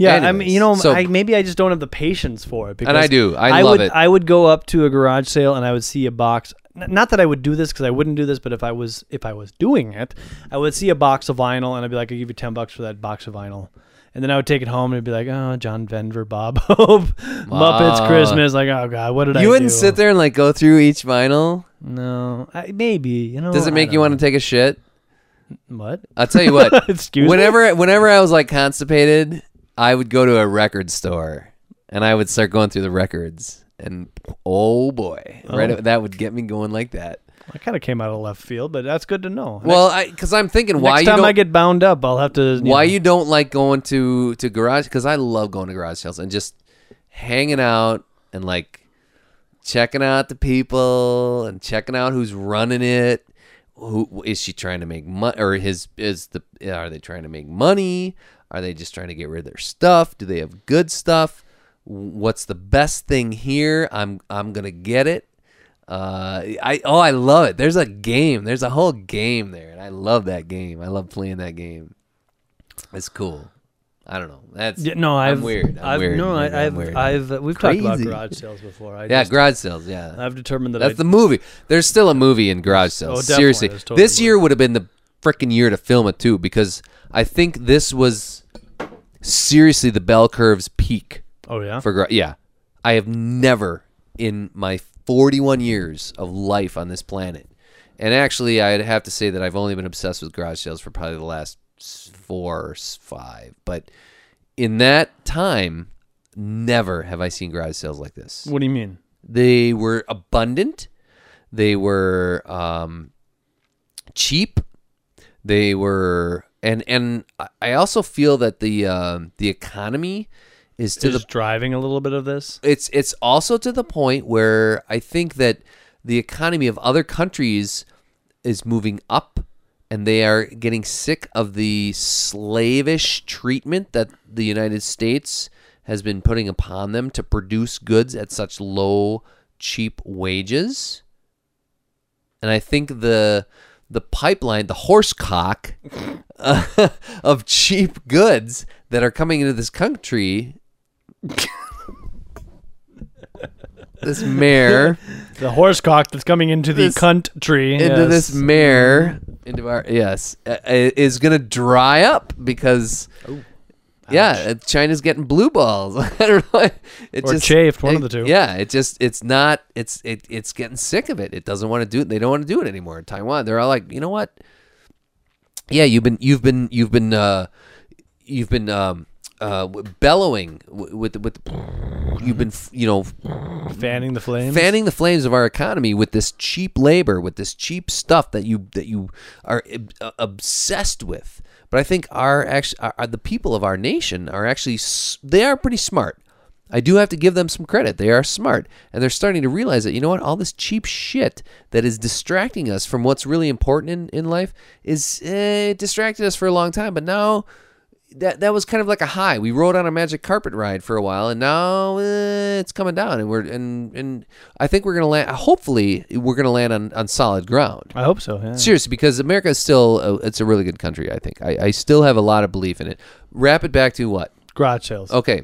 A: Yeah, I
B: Anyways,
A: mean, you know,
B: so-
A: I, maybe I just don't have the patience for it. Because
B: I do. I love
A: would,
B: it.
A: I would go up to a garage sale and I would see a box. n- Not that I would do this because I wouldn't do this, but if I was if I was doing it, I would see a box of vinyl and I'd be like, "I'll give you ten bucks for that box of vinyl," and then I would take it home and it'd be like, "Oh, John Denver, Bob Hope, Muppets,
B: Wow.
A: Christmas." Like, oh god, what did I?
B: you wouldn't
A: do?
B: sit there and like go through each vinyl
A: No, I, maybe you know.
B: does it make you want to take a shit
A: to? What?
B: i'll tell you what
A: Excuse me?
B: whenever whenever I was like constipated, I would go to a record store and I would start going through the records and oh boy, right that would get me going like that.
A: I kind of came out of left field, but that's good to know.
B: well, I cuz I'm thinking
A: next,
B: why
A: next
B: you
A: time
B: don't
A: I get bound up, I'll have to.
B: why
A: know.
B: you don't like going to to garage cuz I love going to garage sales and just hanging out and like checking out the people and checking out who's running it. Who is she trying to make money? Or his is the are they trying to make money? Are they just trying to get rid of their stuff? Do they have good stuff? What's the best thing here? I'm I'm gonna get it. Uh, I oh I love it. There's a game. There's a whole game there, and I love that game. I love playing that game. It's cool. I don't know. That's
A: Yeah, no,
B: I'm
A: I've
B: weird. I'm
A: have
B: weird.
A: No, I,
B: I'm
A: I've,
B: weird.
A: I've, we've talked
B: Crazy.
A: about garage sales before. I
B: yeah,
A: just,
B: garage sales. Yeah,
A: I've determined that
B: that's
A: Uh, I,
B: the movie. There's still a movie in garage sales.
A: Oh, definitely.
B: Seriously,
A: There's totally
B: this
A: a
B: year would have been the freaking year to film it too, because I think this was seriously the bell curve's peak
A: Oh yeah.
B: for garage. Yeah, I have never in my 41 years of life on this planet, and actually, I'd have to say that I've only been obsessed with garage sales for probably the last s- four or s- five. But in that time, never have I seen garage sales like this
A: what do you mean?
B: they were abundant they were um, cheap they were and and I- i also feel that the um, the economy is to
A: To
B: the
A: just driving a little bit of this.
B: it's it's also to the point where I think that the economy of other countries is moving up and they are getting sick of the slavish treatment that the United States has been putting upon them to produce goods at such low cheap wages. And I think the the pipeline, the horse cock uh, of cheap goods that are coming into this country this mare
A: The horse cock that's coming into the
B: This-
A: cunt tree.
B: into
A: yes. Mm-hmm.
B: this mare into our yes uh, is gonna dry up because yeah uh, China's getting blue balls I don't know it
A: Or
B: just,
A: chafed, one of
B: it-
A: the two.
B: yeah it just it's not it's it, it's getting sick of it it doesn't want to do it they don't want to do it anymore in Taiwan they're all like you know what yeah you've been you've been you've been uh you've been um uh w- bellowing w- with with you've been f- you know
A: fanning the flames.
B: fanning the flames of our economy with this cheap labor, with this cheap stuff that you that you are ob- uh, obsessed with. But I think our actually our, the people of our nation are actually s- they are pretty smart. I do have to give them some credit. They are smart, and they're starting to realize that you know what, all this cheap shit that is distracting us from what's really important in, in life is eh, it distracted us for a long time. But now that that was kind of like a high. We rode on a magic carpet ride for a while, and now eh, it's coming down, and we're and and I think we're gonna land. Hopefully, we're gonna land on on solid ground.
A: I hope so. Yeah.
B: Seriously, because America is still a, it's a really good country. I think I, I still have a lot of belief in it. Wrap it back to what?
A: Garage sales.
B: Okay.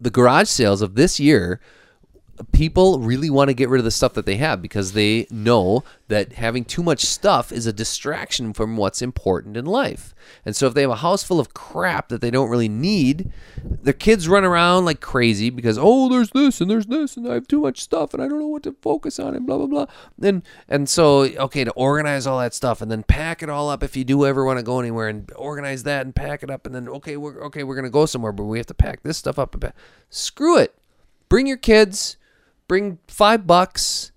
B: The garage sales of this year, people really want to get rid of the stuff that they have because they know that having too much stuff is a distraction from what's important in life. And so if they have a house full of crap that they don't really need, their kids run around like crazy because oh there's this and there's this and I have too much stuff and I don't know what to focus on and blah blah blah. And and so okay to organize all that stuff and then pack it all up if you do ever want to go anywhere and organize that and pack it up and then okay we're okay we're gonna go somewhere but we have to pack this stuff up and pack. screw it bring your kids, bring five bucks,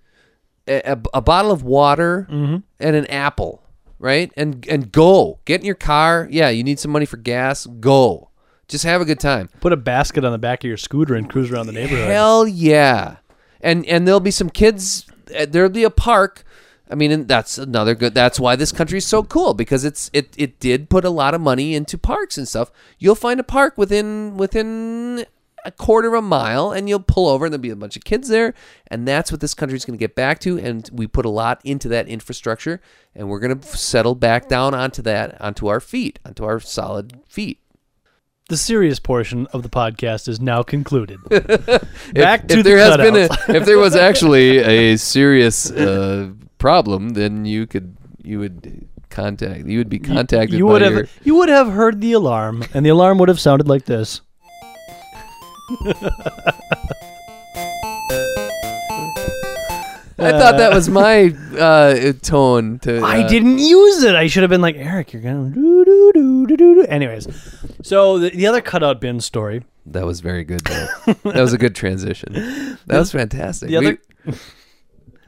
B: a, a- a bottle of water, and an apple. right? And and go. Get in your car. Yeah, you need some money for gas. Go. Just have a good time.
A: Put a basket on the back of your scooter and cruise around the neighborhood.
B: Hell yeah. And and there'll be some kids uh, there'll be a park. I mean, and that's another good that's why this country is so cool because it's it it did put a lot of money into parks and stuff. You'll find a park within within a quarter of a mile and you'll pull over and there'll be a bunch of kids there and that's what this country's going to get back to and we put a lot into that infrastructure and we're going to settle back down onto that onto our feet onto our solid feet
A: The serious portion of the podcast is now concluded. Back
C: if
A: to
C: there
A: the
C: has
A: cutouts.
C: been a, if there was actually a serious uh, problem, then you could you would contact you would be contacted.
A: you
C: by
A: would have
C: your-
A: you would have heard the alarm, and the alarm would have sounded like this.
B: I thought that was my uh, tone to.
A: I
B: uh,
A: didn't use it. I should have been like Eric. You're gonna do do do do do. do." Anyways, so the, the other cutout bin story.
B: That was very good. Though. that was a good transition. That was fantastic.
A: The
B: We-
A: other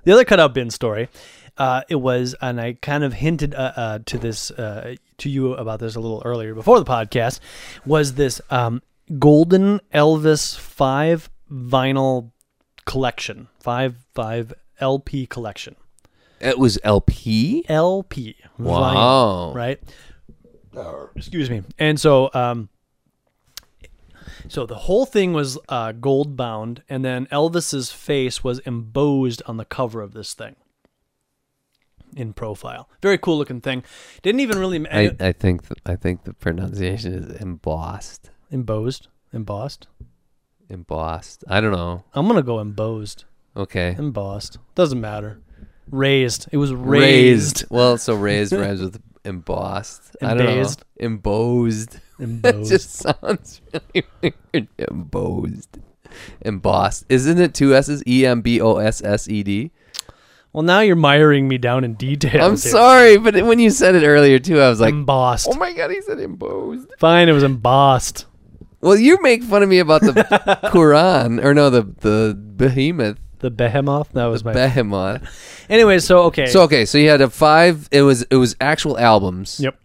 A: the other cutout bin story. Uh, it was, and I kind of hinted uh, uh, to this uh, to you about this a little earlier before the podcast. Was this um, Golden Elvis five vinyl collection, five five LP collection,
B: it was LP.
A: LP vinyl.
B: Wow.
A: right? Excuse me. And so, um, so the whole thing was uh, gold bound, and then Elvis's face was embossed on the cover of this thing in profile. Very cool looking thing. Didn't even really uh,
B: I, I think th- I think the pronunciation is embossed.
A: embossed, embossed.
B: Embossed. I don't know.
A: I'm gonna go embossed,
B: Okay.
A: embossed. Doesn't matter. Raised. It was raised.
B: Raised. Well, so raised rhymes with embossed.
A: Embased.
B: I don't know. Embossed. It
A: Embossed.
B: just sounds really weird. Embossed. Embossed. Isn't it two S's? E M B O S S E D.
A: well, now you're miring me down in detail.
B: I'm sorry, but it- when you said it earlier too, I was like,
A: Embossed.
B: "Oh my god, he said embossed."
A: Fine, it was embossed.
B: Well, you make fun of me about the Quran or no, the the behemoth,
A: The behemoth. That was my
B: behemoth.
A: Anyway, so okay,
B: So okay, so you had a five. It was it was actual albums,
A: yep,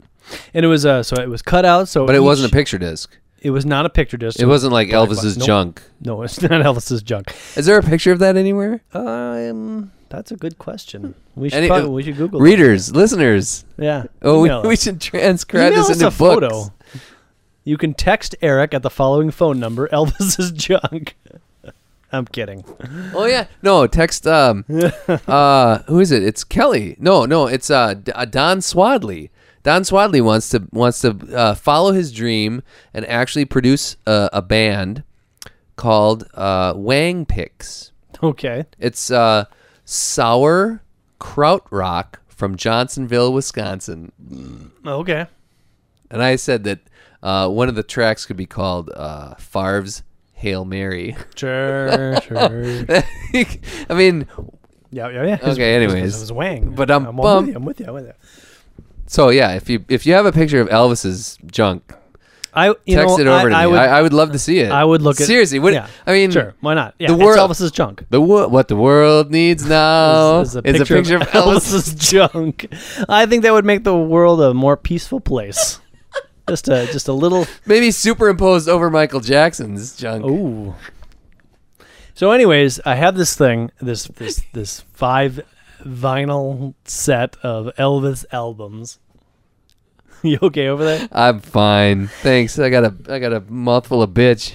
A: and it was uh, so it was cut out. So,
B: but it wasn't a picture disc.
A: It was not a picture disc.
B: It wasn't like
A: Black
B: Elvis's
A: box. Nope.
B: junk.
A: No, it's not Elvis's junk.
B: Is there a picture of that anywhere?
A: Um, that's a good question. We should
B: Any-
A: probably we should Google. it.
B: Readers, listeners.
A: Yeah.
B: Oh, we,
A: email us.
B: we should transcribe
A: Email us
B: this into
A: a
B: books.
A: photo. You can text Eric at the following phone number: Elvis's junk. I'm kidding.
B: Oh yeah, no text. Um, uh, who is it? It's Kelly. No, no, it's uh, D- uh, Don Swadley. Don Swadley wants to wants to uh, follow his dream and actually produce a, a band called uh, Wang Picks.
A: Okay.
B: It's uh, sour kraut rock from Johnsonville, Wisconsin.
A: Okay.
B: And I said that uh, one of the tracks could be called uh, Favre's Hail Mary.
A: Sure. sure.
B: I mean,
A: Yeah. Yeah. Yeah.
B: Okay, anyways.
A: it was Wang.
B: But I'm
A: I'm
B: bummed.
A: with you. I'm with you. I'm with you.
B: So yeah, if you if you have a picture of Elvis's junk,
A: I you know,
B: text it over
A: I,
B: to
A: I
B: me.
A: Would,
B: I, I would love to see it.
A: I would look at
B: seriously. What
A: yeah.
B: I mean,
A: sure, why not? Yeah,
B: the
A: it's
B: world-
A: Elvis's junk.
B: the wo- what the world needs now
A: is, is a picture, of, Elvis's junk. I think that would make the world a more peaceful place. just a just a little.
B: maybe superimposed over Michael Jackson's
A: Oh.
B: junk.
A: Ooh. So, anyways, I have this thing, this this this five vinyl set of Elvis albums. You okay over there?
B: I'm fine, thanks. I got a I got a mouthful of bitch.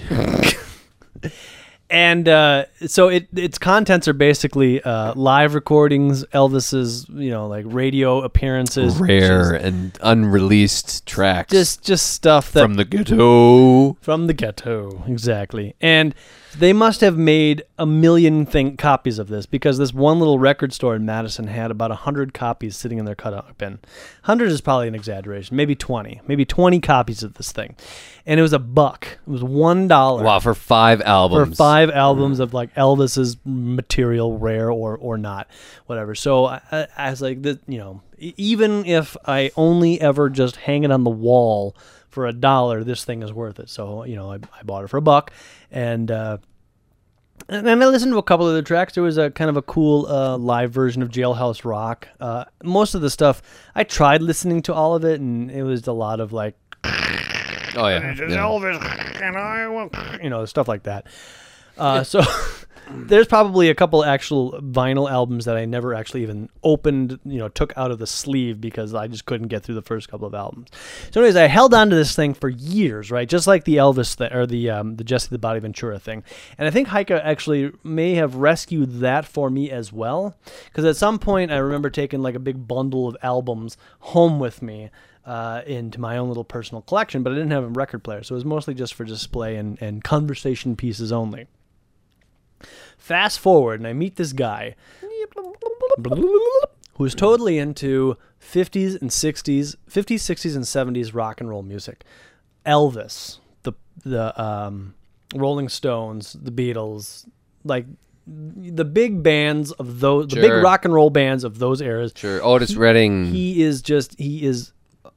A: and uh, so it its contents are basically uh, live recordings, Elvis's you know like radio appearances,
B: Rare and unreleased tracks
A: just just stuff that
C: from the ghetto.
A: From the ghetto, exactly. And they must have made a million think copies of this because this one little record store in Madison had about 100 copies sitting in their cutout bin. 100 is probably an exaggeration, maybe 20, maybe 20 copies of this thing. And it was a buck. It was $1
B: wow for five
A: for
B: albums.
A: five albums of like Elvis's material, rare or or not, whatever. So I, I, I was like, th- you know, e- even if I only ever just hang it on the wall for a dollar, this thing is worth it. So you know, I, I bought it for a buck, and uh, And then I listened to a couple of the tracks. There was a kind of a cool uh, live version of Jailhouse Rock. Uh, most of the stuff I tried listening to all of it, and it was a lot of like
C: Oh yeah. yeah.
A: Elvis and I will, you know, stuff like that. Uh, so there's probably a couple actual vinyl albums that I never actually even opened, you know, took out of the sleeve because I just couldn't get through the first couple of albums. So, anyways, I held on to this thing for years, right? Just like the Elvis th- or the um, the Jesse the Body Ventura thing, and I think Heike actually may have rescued that for me as well, because at some point I remember taking like a big bundle of albums home with me uh, into my own little personal collection, but I didn't have a record player, so it was mostly just for display and, and conversation pieces only. Fast forward, and I meet this guy who's totally into 50s and 60s, 50s, 60s, and 70s rock and roll music. Elvis, the the um, Rolling Stones, the Beatles, like the big bands of those, the
B: Sure.
A: big rock and roll bands of those eras.
B: Sure. Otis Redding.
A: He is just he is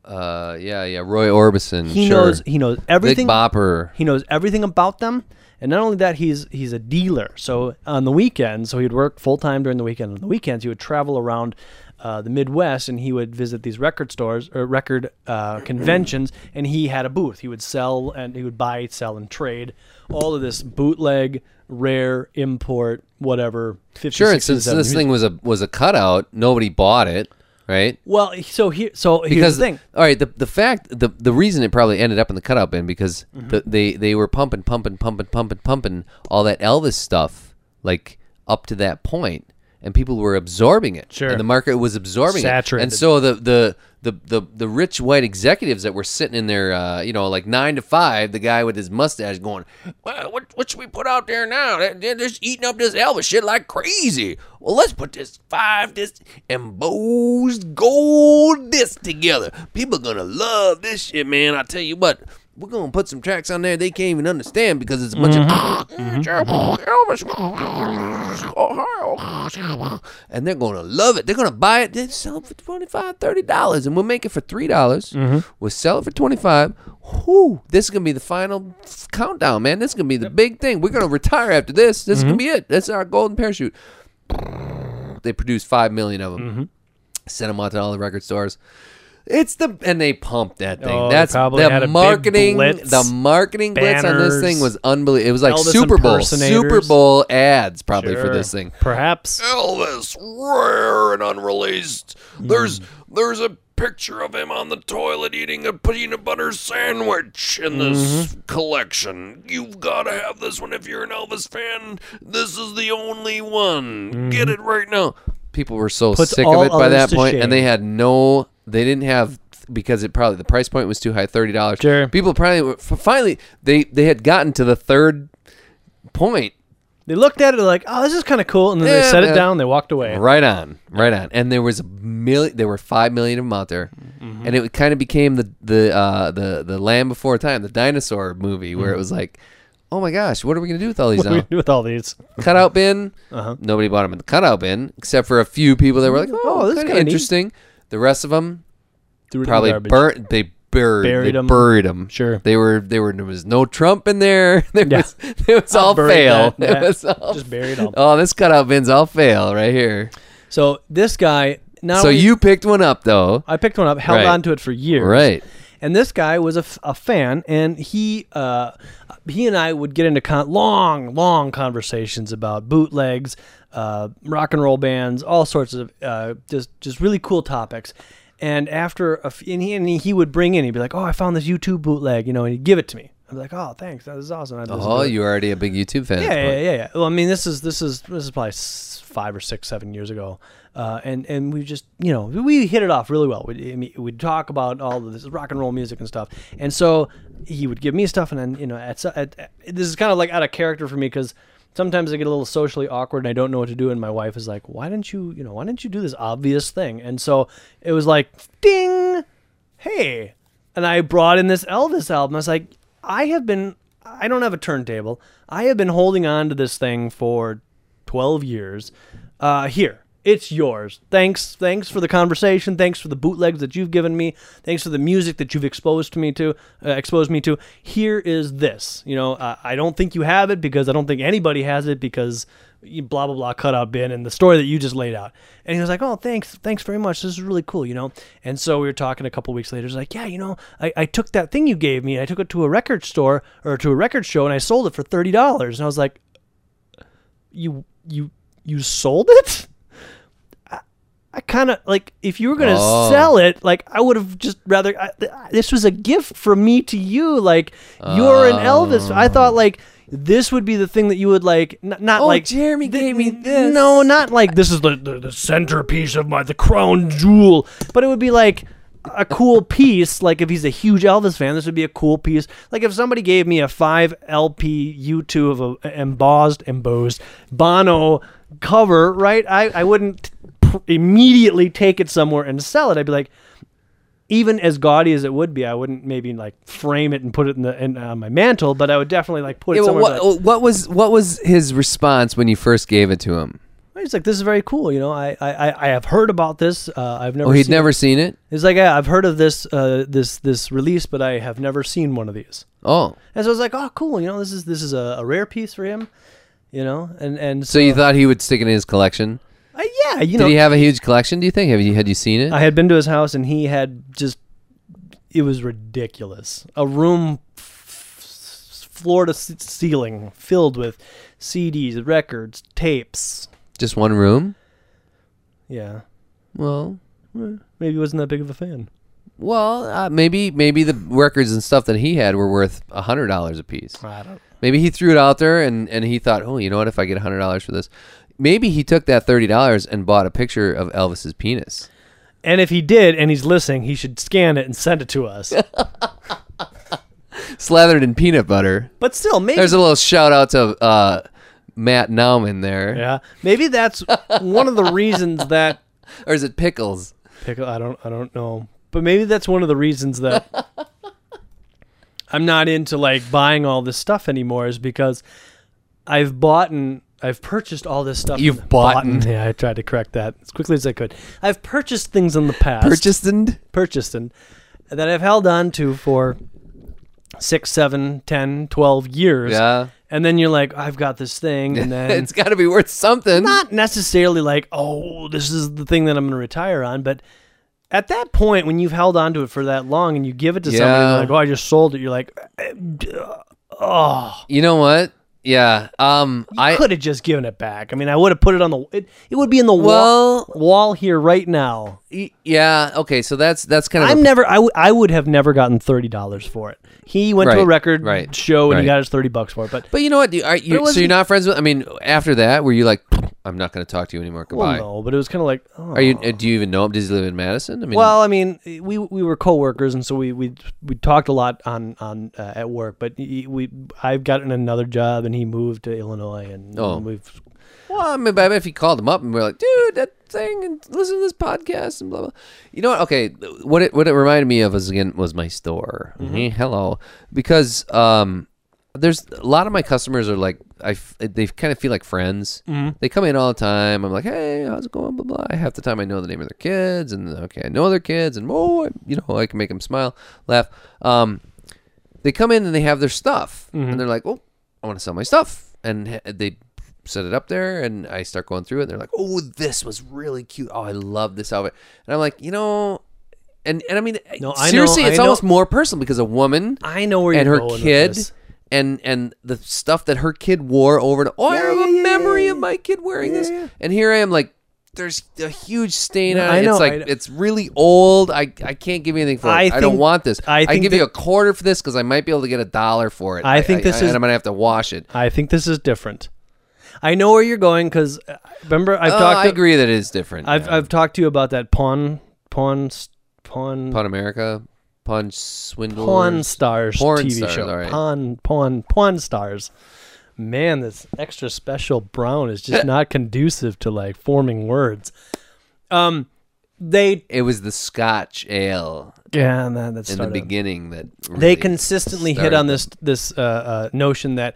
B: uh, yeah, yeah. Roy Orbison.
A: he
B: sure.
A: knows he knows everything
B: Big Bopper.
A: He knows everything about them, and not only that, he's he's a dealer. So on the weekends, so he'd work full time during the weekend. On the weekends, he would travel around uh, the Midwest and he would visit these record stores or record uh, conventions. And he had a booth. He would sell and he would buy, sell, and trade all of this bootleg, rare, import, whatever. 50,
B: Sure. And
A: 60,
B: since this
A: 70.
B: thing was a was a cutout, nobody bought it, right?
A: Well, so here, so here's
B: because
A: the thing.
B: all right, the the fact the the reason it probably ended up in the cutout bin because
A: Mm-hmm.
B: the, they they were pumping, pumping, pumping, pumping, pumping all that Elvis stuff like up to that point, and people were absorbing it.
A: Sure.
B: and the market was absorbing it,
A: Saturated.
B: and so the the. The, the, the rich white executives that were sitting in their uh, you know like nine to five the guy with his mustache going well, what what should we put out there now They- they're just eating up this Elvis shit like crazy well let's put this five this embossed gold this together people gonna love this shit man I tell you what we're gonna put some tracks on there they can't even understand because it's a bunch of Elvis Ohio and they're gonna love it they're gonna buy it they sell it for 25 30 dollars and we'll make it for three dollars we'll sell it for 25 Whew, this is gonna be the final countdown man this is gonna be the big thing we're gonna retire after this this is gonna be it that's our golden parachute they produced five million of them
A: Mm-hmm.
B: sent them out to all the record stores it's the and they pumped that thing.
A: Oh, they
B: That's
A: probably
B: the
A: had a big
B: marketing.
A: blitz,
B: the marketing blitz on this thing
A: banners,
B: was unbelievable. It was like
A: Elvis
B: Super Bowl,
A: impersonators.
B: Super Bowl ads probably for
A: Sure.
B: this thing.
A: perhaps.
D: Elvis, rare and unreleased.
A: Mm.
D: There's there's a picture of him on the toilet eating a peanut butter sandwich in
A: Mm-hmm.
D: this collection. You've got to have this one if you're an Elvis fan. This is the only one. Get it right now.
B: People were so
A: Mm-hmm. Puts
B: sick of
A: all
B: it by
A: others
B: that
A: to
B: point,
A: shame.
B: and they had no. They didn't have because it probably the price point was too high. Thirty dollars.
A: Sure.
B: People probably were, f- finally they they had gotten to the third point.
A: They looked at it like, oh, this is kind of cool, and then
B: Yeah,
A: they set
B: man.
A: it down. They walked away.
B: Right on, right on. And there was a million. There were five million of them out there,
A: Mm-hmm.
B: and it kind of became the the uh, the the Land Before Time, the dinosaur movie,
A: Mm-hmm.
B: where it was like, oh my gosh, what are we gonna do with all these? now?
A: With all these,
B: cutout bin.
A: Uh-huh.
B: Nobody bought them in the cutout bin, except for a few people that were like, oh, this is
A: kinda
B: kind of
A: neat."
B: interesting. The rest of them
A: threw it in the
B: probably
A: garbage.
B: burnt. They buried.
A: Buried
B: they
A: 'em.
B: Buried them.
A: Sure.
B: They were. They were. There was no Trump in there. There
A: Yeah.
B: was. It was all
A: Buried
B: fail.
A: that- that.
B: It was all.
A: just buried all.
B: Oh, this cutout bin's all fail right here.
A: So this guy, not
B: So
A: only-
B: you picked one up though,
A: I picked one up, held
B: Right.
A: on to it for years.
B: right?
A: And this guy was a, f- a fan, and he uh, he and I would get into con- long, long conversations about bootlegs, uh, rock and roll bands, all sorts of uh, just just really cool topics. And after a f- and, he, and he would bring in, he'd be like, "Oh, I found this YouTube bootleg," you know, and he'd give it to me. I'd be like, "Oh, thanks, that is awesome." I'd listen to
B: Oh,
A: it.
B: you're already a big YouTube fan. at this
A: yeah,
B: point.
A: yeah, yeah, yeah. Well, I mean, this is this is this is probably s- five or six, seven years ago, uh, and and we just you know we hit it off really well. We I mean, we'd talk about all of this rock and roll music and stuff, and so he would give me stuff, and then you know at, so- at, at this is kind of like out of character for me because. Sometimes I get a little socially awkward and I don't know what to do, and my wife is like, "Why didn't you, you know, why didn't you do this obvious thing?" And so it was like, "Ding, hey and i brought in this elvis album i was like i have been i don't have a turntable i have been holding on to this thing for 12 years uh here It's yours. Thanks, thanks for the conversation. Thanks for the bootlegs that you've given me. Thanks for the music that you've exposed to me to, uh, exposed me to. Here is this. You know, uh, I don't think you have it because I don't think anybody has it because you- blah blah blah cutout bin and the story that you just laid out. And he was like, "Oh, thanks, thanks very much. This is really cool." You know. And so we were talking a couple weeks later. He's like, "Yeah, you know, I, I took that thing you gave me and I took it to a record store or to a record show and I sold it for thirty dollars." And I was like, "You you you sold it?" I- I kind of like if you were gonna
B: Oh.
A: sell it, like I would have just rather. I, th- I- this was a gift from me to you. Like you're an Elvis. I thought like this would be the thing that you would like. N- not
B: Oh,
A: like
B: Jeremy gave me this.
A: No, not like this is the, the the centerpiece of my the crown jewel. But it would be like a cool piece. Like if he's a huge Elvis fan, this would be a cool piece. Like if somebody gave me a five LP U2 of a embossed embossed Bono cover, right? I I wouldn't pr- immediately take it somewhere and sell it. I'd be like even as gaudy as it would be, I wouldn't maybe like frame it and put it in the in, on my mantle, but I would definitely like put it
B: Yeah, but
A: somewhere. and be like,
B: what, what was what was his response when you first gave it to him?
A: He's like, this is very cool. You know, I I, I- I have heard about this. Uh, I've never.
B: Oh, he'd
A: seen
B: never
A: It.
B: seen it.
A: He's like, yeah, I've heard of this uh, this this release, but I have never seen one of these.
B: Oh,
A: And so I was like, oh, cool. You know, this is this is a, a rare piece for him. You know, and and
B: so you thought he would stick it in his collection?
A: uh, yeah, you
B: Did
A: know,
B: he have a huge collection? Do you think? Have you had you seen it?
A: I had been to his house and he had just it was ridiculous. A room f- floor to c- ceiling filled with CDs, records, tapes.
B: Just one room?
A: Yeah.
B: Well,
A: Maybe he wasn't that big of a fan.
B: well, uh, maybe maybe the records and stuff that he had were worth a hundred dollars a piece.
A: I don't
B: Maybe he threw it out there and, and he thought, oh, you know what? If I get hundred dollars for this, maybe he took that thirty dollars and bought a picture of Elvis's penis.
A: And if he did, and he's listening, he should scan it and send it to us.
B: slathered in peanut butter.
A: but still, maybe
B: There's a little shout out to uh, Matt Nauman there,
A: yeah, maybe that's one of the reasons that
B: or is it pickles?
A: pickle. I don't, I don't know, but maybe that's one of the reasons that I'm not into like buying all this stuff anymore is because I've bought and I've purchased all this stuff.
B: You've
A: in the-
B: boughten.
A: boughten. Yeah, I tried to correct that as quickly as I could. I've purchased things in the past.
B: Purchased and
A: purchased and that I've held on to for six, seven, ten, twelve years.
B: yeah,
A: And then you're like, I've got this thing, and then
B: it's got to be worth something.
A: not necessarily like, oh, this is the thing that I'm going to retire on, but at that point, when you've held on to it for that long and you give it to somebody, and
B: Yeah.
A: they're like, oh, I just sold it. You're like, oh,
B: You know what? Yeah, um,
A: I
B: I
A: could have just given it back. I mean, I would have put it on the. It, it would be in the
B: Well-
A: wall wall here right now.
B: y- yeah. Okay, so that's that's kind of
A: I'm
B: the-
A: never. I, w- I would have never gotten thirty dollars for it. He went to a
B: Right,
A: record
B: right,
A: show and he
B: right.
A: got his thirty bucks for it. But
B: But you know what? You- Are
A: it
B: you, so you're
A: wasn't-
B: not friends with? I mean, after that, were you like, I'm not going to talk to you anymore?
A: well,
B: Goodbye.
A: no. But it was kind of like, oh.
B: Are you? uh, Do you even know him? Does he live in Madison? I mean,
A: Well, I mean, eh, we we were coworkers, and so we we we talked a lot on on uh, at work. But he, we I've gotten another job, and he moved to Illinois, and
B: Oh.
A: we've
B: Well, I mean, but I bet if you called him up and we're like, dude, that thing, and listen to this podcast, and blah blah. You know what? Okay, what it what it reminded me of was again was my store. Mhm, Hello, because um, there's a lot of my customers are like I f- they kind of feel like friends.
A: Mm-hmm.
B: They come in all the time. I'm like, hey, how's it going? Blah blah. Half the time I know the name of their kids, and okay, I know their kids, and oh, I, you know, I can make them smile, laugh. Um, they come in and they have their stuff
A: Mm-hmm.
B: and they're like, "Oh, I want to sell my stuff." And h- they set it up there and I start going through it and they're like, "Oh, this was really cute. Oh, I love this outfit." And I'm like, "You know, and and I mean,
A: No, I know-
B: seriously,
A: I
B: it's
A: know-
B: almost more personal because a woman
A: I know where
B: and
A: you're
B: her
A: going with
B: kid
A: this.
B: and and the stuff that her kid wore over and oh, I have a
A: yeah, yeah,
B: memory
A: yeah,
B: of my kid wearing this. And here I am like there's a huge stain
A: No,
B: on it.
A: I know,
B: it's like
A: I-
B: it's really old. I, I can't give you anything for
A: I
B: it. I don't
A: think-
B: want this.
A: I
B: I,
A: think
B: give
A: that-
B: you a quarter for this because I might be able to get a dollar for it.
A: I think this is-
B: and I'm gonna have to wash it.
A: I think this is different. I know where you're going because remember I've
B: Oh,
A: talked.
B: I
A: to-
B: agree that it is different.
A: I've
B: yeah.
A: I've talked to you about that pawn pawn s- pawn pawn,
B: Pawn America, Pawn Swindle,
A: stars
B: Porn
A: TV
B: stars,
A: show
B: all right.
A: pawn pawn pawn stars. Man, this extra special brown is
B: Eh.
A: just not conducive to like forming words. Um, they
B: It was the Scotch ale
A: yeah, that, that's
B: in the beginning that
A: they
B: really
A: consistently hit
B: started
A: on this this uh, uh, notion that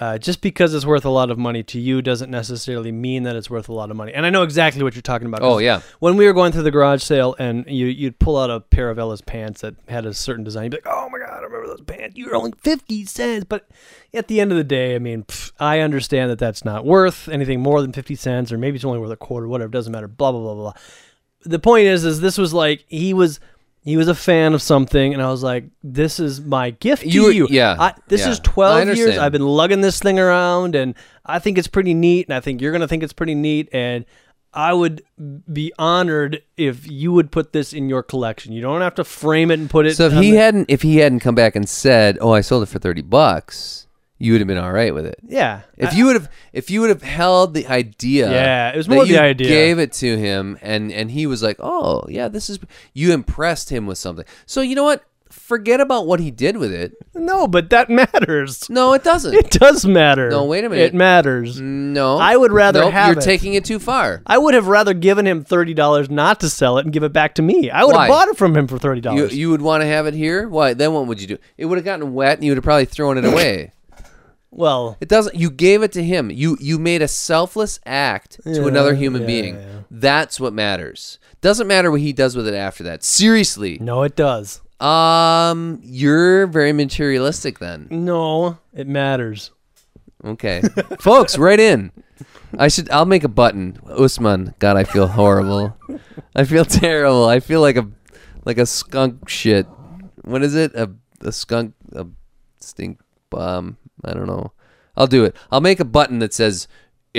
A: Uh, just because it's worth a lot of money to you doesn't necessarily mean that it's worth a lot of money. And I know exactly what you're talking about. 'cause
B: Oh, yeah.
A: When we were going through the garage sale, and you you'd pull out a pair of Ella's pants that had a certain design, you'd be like, "Oh my god, I remember those pants. You were only fifty cents." But at the end of the day, I mean, pff, I understand that that's not worth anything more than fifty cents, or maybe it's only worth a quarter, whatever. Doesn't matter. Blah blah blah blah. blah. The point is, is this was like he was. He was a fan of something, and I was like, "This is my gift to
B: You-
A: you."
B: yeah,
A: I, this
B: yeah.
A: is twelve
B: I
A: years.
B: understand.
A: I've been lugging this thing around, and I think it's pretty neat, and I think you're gonna think it's pretty neat, and I would be honored if you would put this in your collection. You don't have to frame it and put it.
B: So if
A: on
B: he
A: the-
B: hadn't, if he hadn't come back and said, "Oh, I sold it for thirty bucks," you would have been all right with it.
A: yeah,
B: If
A: I-
B: you would have, if you would have held the idea,
A: Yeah, it was
B: that
A: more the
B: you
A: idea.
B: Gave it to him, and and he was like, "Oh, yeah, this is." You impressed him with something. So you know what? Forget about what he did with it.
A: no, but that matters.
B: No, it doesn't.
A: It does matter.
B: No, wait a minute. Mm.
A: It matters.
B: no,
A: I would rather
B: Nope,
A: have
B: You're
A: it.
B: taking it too far.
A: I would have rather given him thirty dollars not to sell it and give it back to me. I would
B: Why?
A: have bought it from him for thirty
B: You,
A: dollars.
B: you would want to have it here. Why? Then what would you do? It would have gotten wet, and you would have probably thrown it away.
A: well,
B: It doesn't. You gave it to him. You you made a selfless act to
A: Yeah,
B: another human
A: yeah,
B: being.
A: yeah.
B: That's what matters. Doesn't matter what he does with it after that. Seriously.
A: no, it does.
B: Um, you're very materialistic then.
A: No, it matters.
B: Okay, folks, right in. I should. I'll make a button. Usman. God, I feel horrible. I feel terrible. I feel like a like a skunk shit. What is it? A a skunk a stink bomb. I don't know. I'll do it. I'll make a button that says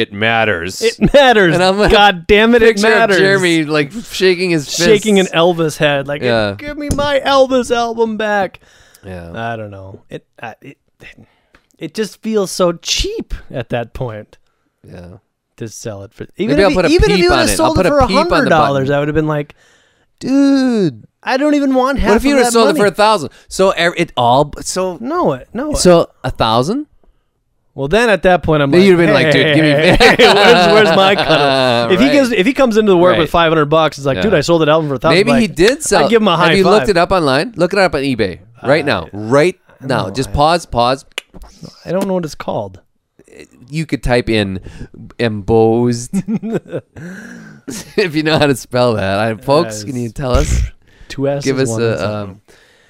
C: It matters.
A: It matters.
B: And I'm gonna
A: God damn it, it
B: picture of
A: matters.
B: Jeremy like shaking his fist.
A: shaking an Elvis head, like,
B: Yeah.
A: "Give me my Elvis album back."
B: Yeah.
A: I don't know. It, I, it, it just feels so cheap at that point
B: Yeah.
A: to sell it for. Even
B: Maybe
A: if,
B: I'll
A: you-
B: put a
A: even if
B: peep
A: you would
B: on
A: have
B: it. I'll
A: sold
B: put
A: it
B: a
A: for
B: peep on the
A: hundred dollars,
B: button.
A: I would have been like,
B: Dude.
A: "I don't even want half."
B: What if you
A: of
B: would have
A: that
B: sold it
A: money.
B: for a thousand? So ev- it all so
A: No, it- no. it-
B: so a thousand?
A: well, then at that point, I'm
B: Then
A: like,
B: you'd have been like, dude, give me-
A: hey, where's, where's my cut? If
B: Right.
A: he gives, if he comes into the work
B: Right.
A: with five hundred bucks, it's like,
B: Yeah.
A: dude, I sold that album for a thousand.
B: Maybe he did sell.
A: I give him a high
B: Have you
A: five. Uh,
B: looked it up online? Look it up on eBay right now. Right now. Just pause. Pause.
A: I don't know what it's called.
B: You could type in embossed if you know how to spell that. I, folks, can you tell us?
A: Two S's.
B: give us
A: one
B: a.
A: S.
B: Um,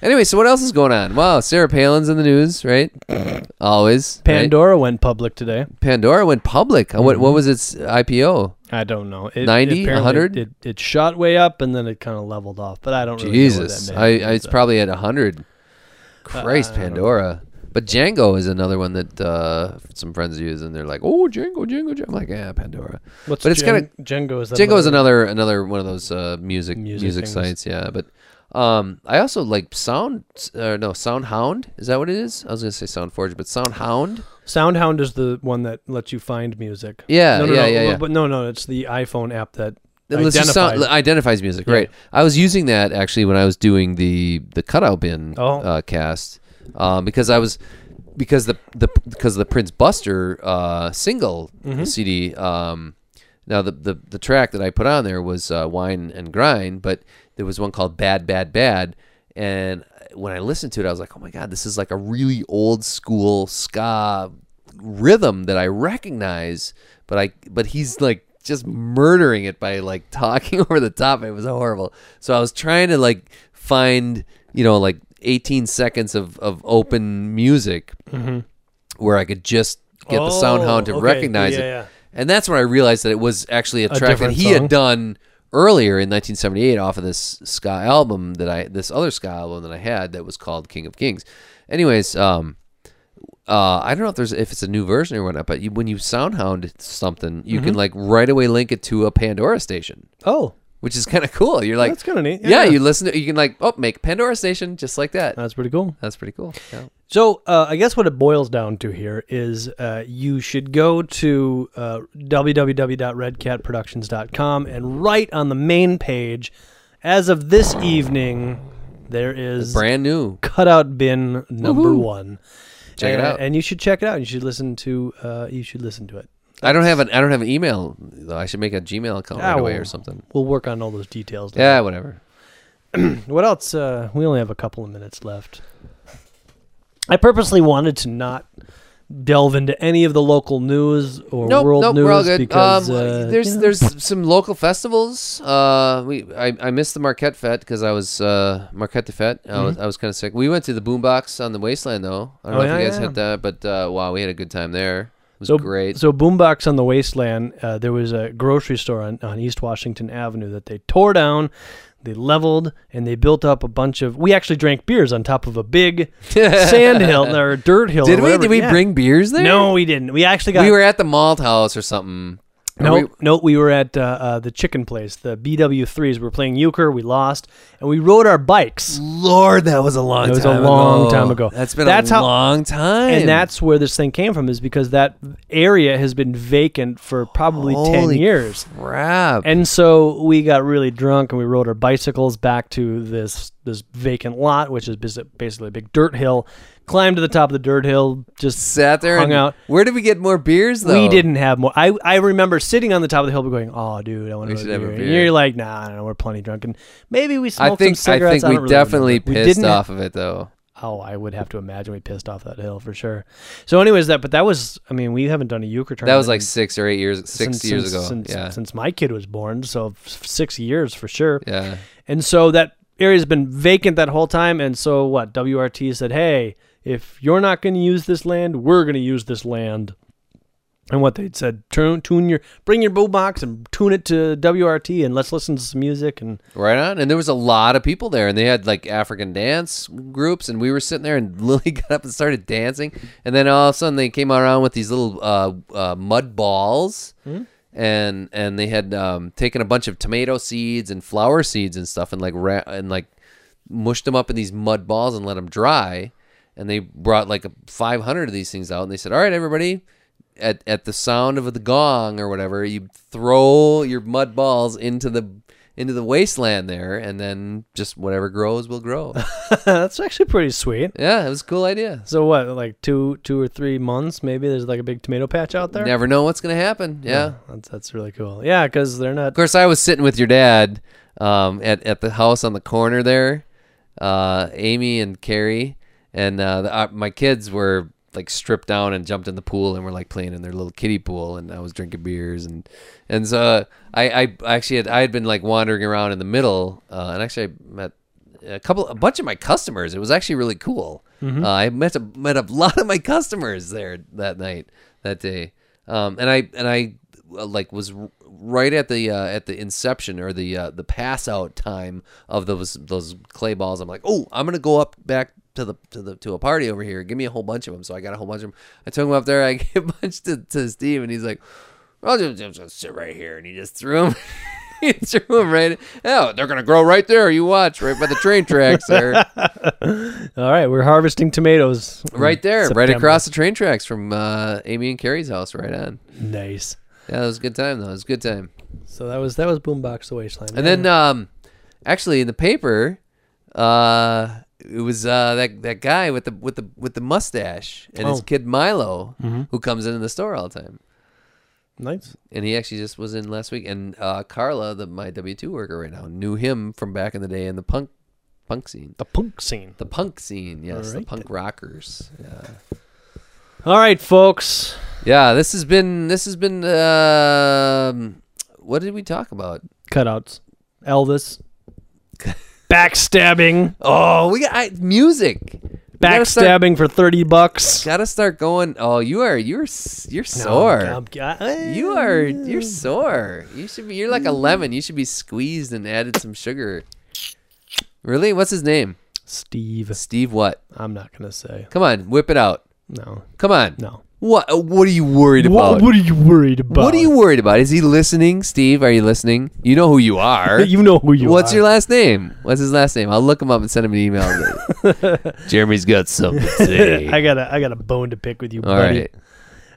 B: anyway, so what else is going on? Wow, Sarah Palin's in the news, right? Always. right?
A: Pandora Mm-hmm. went public today.
B: Pandora went public. Uh, What what was its IPO?
A: I don't know. It,
B: 90,
A: apparently
B: 100?
A: It, it, it shot way up and then it kind of leveled off. But I don't really
B: Jesus,
A: know what
B: I, I
A: that meant. uh,
B: it's probably at hundred. Christ, Pandora. But Django is another one that uh, some friends use, and they're like, "Oh, Django, Django, Django." I'm like, "Yeah, Pandora."
A: What's
B: but it's
A: Django, Django is that
B: Django is
A: another-
B: another another one of those uh, music music,
A: Music things.
B: sites, yeah. But um, I also like Sound, uh, no Sound Hound. Is that what it is? I was gonna say Sound Forge, but Sound Hound.
A: SoundHound is the one that lets you find music.
B: Yeah,
A: no, no,
B: yeah,
A: no,
B: yeah,
A: no,
B: yeah.
A: But no, no, it's the iPhone app that
B: It lets you
A: identifies.
B: sound- identifies music,
A: Yeah.
B: right? I was using that actually when I was doing the the cutout bin
A: Oh.
B: uh, cast um, because I was because the the because the Prince Buster uh, single
A: Mm-hmm.
B: CD. Um, now the, the the track that I put on there was uh, Wine and Grind, but there was one called Bad Bad Bad, and when I listened to it, I was like, oh my god, this is like a really old school ska rhythm that I recognize, but I but he's like just murdering it by like talking over the top. It was horrible. So I was trying to like find you know like 18 seconds of of open music where I could just get the sound
A: Mm-hmm. Oh,
B: hound to
A: okay.
B: recognize
A: Yeah,
B: it.
A: yeah.
B: And that's when I realized that it was actually a track that
A: different
B: he
A: song.
B: had done earlier in 1978 off of this ska album that I this other ska album that I had that was called King of Kings. Anyways, um uh, I don't know if there's if it's a new version or whatnot, but you, when you soundhound something, you
A: Mm-hmm.
B: can like right away link it to a Pandora station,
A: Oh,
B: which is kind of cool. You're like,
A: That's kinda neat.
B: Yeah,
A: Yeah. Uh.
B: you listen to you can like oh make Pandora station just like that.
A: that's pretty cool.
B: That's pretty cool. Yeah.
A: So uh, I guess what it boils down to here is uh, you should go to uh, www.redcatproductions.com and right on the main page, as of this evening, there is
B: Brand new.
A: cutout bin number one.
B: Check it
A: And-
B: out.
A: and you should check it out. You should listen to uh, you should listen to it.
B: I don't have an I don't have an email though. I should make a Gmail account
A: Ah,
B: right away
A: well.
B: or something.
A: We'll work on all those details. later.
B: Yeah, whatever.
A: What else? Uh, we only have a couple of minutes left. I purposely wanted to not delve into any of the local news or
B: Nope,
A: world
B: nope,
A: news
B: we're all good.
A: because
B: um,
A: uh,
B: there's
A: you know,
B: there's some local festivals. Uh, we I, I missed the Marquette Fete because I was uh, Marquette Fete. I was, I was kind of sick. We went to the Boombox on the Wasteland though.
A: Mm-hmm. Oh,
B: I don't know if
A: yeah,
B: you guys
A: yeah.
B: hit that, but uh, wow, we had a good time there. It was
A: so
B: great.
A: So boombox on the wasteland. Uh, there was a grocery store on, on East Washington Avenue that they tore down. They leveled and they built up a bunch of. We actually drank beers on top of a big sand hill or dirt hill.
B: did
A: or
B: we
A: whatever.
B: did we
A: Yeah.
B: bring beers there?
A: No, we didn't. We actually got.
B: we were at the Malt House or something. Or
A: No,
B: we-
A: no, we were at uh, uh, the chicken place, the BW3s. We were playing euchre. We lost, and we rode our bikes.
B: Lord, that was a long.
A: That was a
B: time
A: long time ago.
B: That's been
A: That's
B: a
A: how-
B: long time.
A: And that's where this thing came from, is because that area has been vacant for probably 10
B: Holy
A: years.
B: crap.
A: And so we got really drunk and we rode our bicycles back to this this vacant lot, which is basi- basically a big dirt hill. Climbed to the top of the dirt hill, just
B: sat there
A: hung
B: and
A: out.
B: Where did we get more beers though?
A: We didn't have more. I, I remember sitting on the top of the hill, but going, "Oh, dude, I want to
B: We
A: go
B: should
A: to
B: have a
A: And
B: beer."
A: you're like, "Nah, I don't know, we're plenty drunk." And maybe we smoked
B: I think
A: some
B: I
A: cigarettes.
B: think
A: don't
B: we
A: really
B: definitely
A: remember. We
B: pissed
A: didn't have-
B: off of it though.
A: oh, I would have to imagine we pissed off that hill for sure. So, anyways, that but that was. I mean, we haven't done a euchre tournament.
B: That was like
A: in-
B: six or eight years, six
A: since-
B: years
A: since-
B: ago.
A: Since,
B: yeah,
A: since my kid was born, so f- six years for sure.
B: yeah.
A: And so that area's been vacant that whole time. And so what? WRT said, hey, if you're not going to use this land, we're going to use this land. And what they'd said, tune, tune your, bring your bow box and tune it to WRT, and let's listen to some music. And
B: Right on. And there was a lot of people there, and they had like African dance groups, and we were sitting there, and Lily got up and started dancing, and then all of a sudden they came around with these little uh, uh, mud balls.
A: Hmm?
B: And and they had um, taken a bunch of tomato seeds and flower seeds and stuff and like ra- and like mushed them up in these mud balls and let them dry. And they brought like 500 of these things out and they said, "All right, everybody, at at the sound of the gong or whatever, you throw your mud balls into the into the wasteland there, and then just whatever grows will grow."
A: that's actually pretty sweet.
B: yeah, it was a cool idea.
A: So what, like two, two or three months, maybe there's like a big tomato patch out there.
B: Never know what's gonna happen. Yeah.
A: That's, that's really cool. Yeah, because they're not.
B: Of course, I was sitting with your dad um, at at the house on the corner there, uh, Amy and Carrie, and uh, the, uh, my kids were like stripped down and jumped in the pool and were like playing in their little kiddie pool, and I was drinking beers and and so uh, I I actually had I had been like wandering around in the middle, uh, and actually I met a couple a bunch of my customers. It was actually really cool. Uh, I met a met a lot of my customers there that night that day, um, and I and I uh, like was r- right at the uh, at the inception or the uh, the pass out time of those those clay balls. I'm like, oh, I'm gonna go up back to the to the to a party over here. Give me a whole bunch of them. So I got a whole bunch of them. I took them up there. I gave a bunch to, to Steve, and he's like, I'll just, just- just sit right here, and he just threw them. he threw them right. Oh, they're gonna grow right there. You watch right by the train tracks there,
A: All right, we're harvesting tomatoes. in
B: right there, right
A: September.
B: across the train tracks from uh, Amy and Carrie's house. Right on.
A: Nice.
B: Yeah, that was a good time though. It was a good time.
A: So that was that was Boombox the Wasteland.
B: And then, um, actually, in the paper, uh, it was uh, that that guy with the with the with the mustache and his
A: Oh. Mm-hmm.
B: kid Milo, who comes into the store all the time.
A: nice.
B: And he actually just was in last week. And uh, Carla, the my W two worker right now, knew him from back in the day in the punk punk scene,
A: The punk scene.
B: the punk scene. Yes, the
A: Alright
B: punk rockers. Yeah.
A: All right, folks.
B: yeah, this has been this has been. um what did we talk about?
A: Cutouts. Elvis. Backstabbing.
B: Oh, we got I, music. We gotta start
A: Backstabbing for 30 bucks. Oh,
B: Gotta start going. Oh, you are you're s- you're sore. you are you're sore. You should be. You're like a lemon. You should be squeezed and added some sugar. Really? What's his name?
A: Steve.
B: Steve. What?
A: I'm not going to say.
B: Come on, whip it out.
A: No.
B: Come on.
A: No.
B: What? uh, What are you worried
A: What,
B: about?
A: what are you worried about?
B: What are you worried about? Is he listening, Steve? Are you listening? You know who you are.
A: You know who you
B: What's
A: are.
B: your last name? What's his last name? I'll look him up and send him an email. Jeremy's got something to say.
A: I got a I got a bone to pick with you,
B: All
A: buddy.
B: right.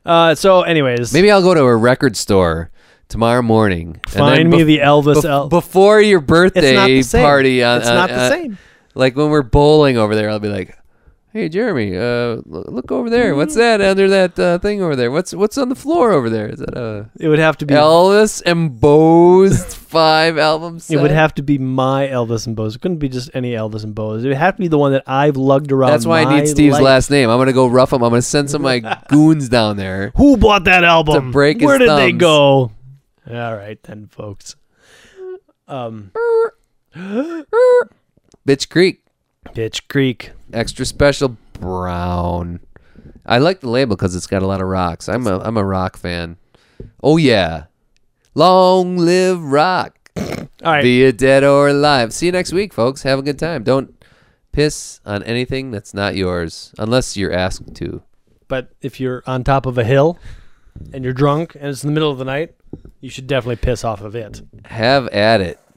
A: Uh, so, anyways,
B: Maybe I'll go to a record store tomorrow morning. and then
A: find me
B: bef-
A: the Elvis.
B: bef-
A: El-
B: before your birthday
A: it's not the same.
B: party. uh, On,
A: it's not
B: on-
A: the
B: on-
A: same.
B: Like when we're bowling over there, I'll be like, "Hey, Jeremy, uh, lo- look over
A: Mm-hmm.
B: there. What's that under that uh, thing over there? What's what's on the floor over there? Is that a
A: It would have to be.
B: Elvis embossed five album set?
A: it would have to be my Elvis and Bows. It couldn't be just any Elvis and Bows. It would have to be the one that I've lugged around.
B: That's why I
A: my
B: need Steve's
A: life.
B: last name. I'm gonna go rough him. I'm gonna send some of my goons down there.
A: Who bought that album?
B: To break his
A: Where did they
B: thumbs.
A: go? All right then, folks. Um,
B: Bitch Creek,
A: Pitch Creek.
B: extra special brown. I like the label because it's got a lot of rocks. I'm a I'm a rock fan. Oh yeah, long live rock.
A: All right.
B: Be it dead or alive. See you next week, folks. Have a good time. Don't piss on anything that's not yours, unless you're asked to.
A: but if you're on top of a hill and you're drunk and it's in the middle of the night, you should definitely piss off of it.
B: Have at it.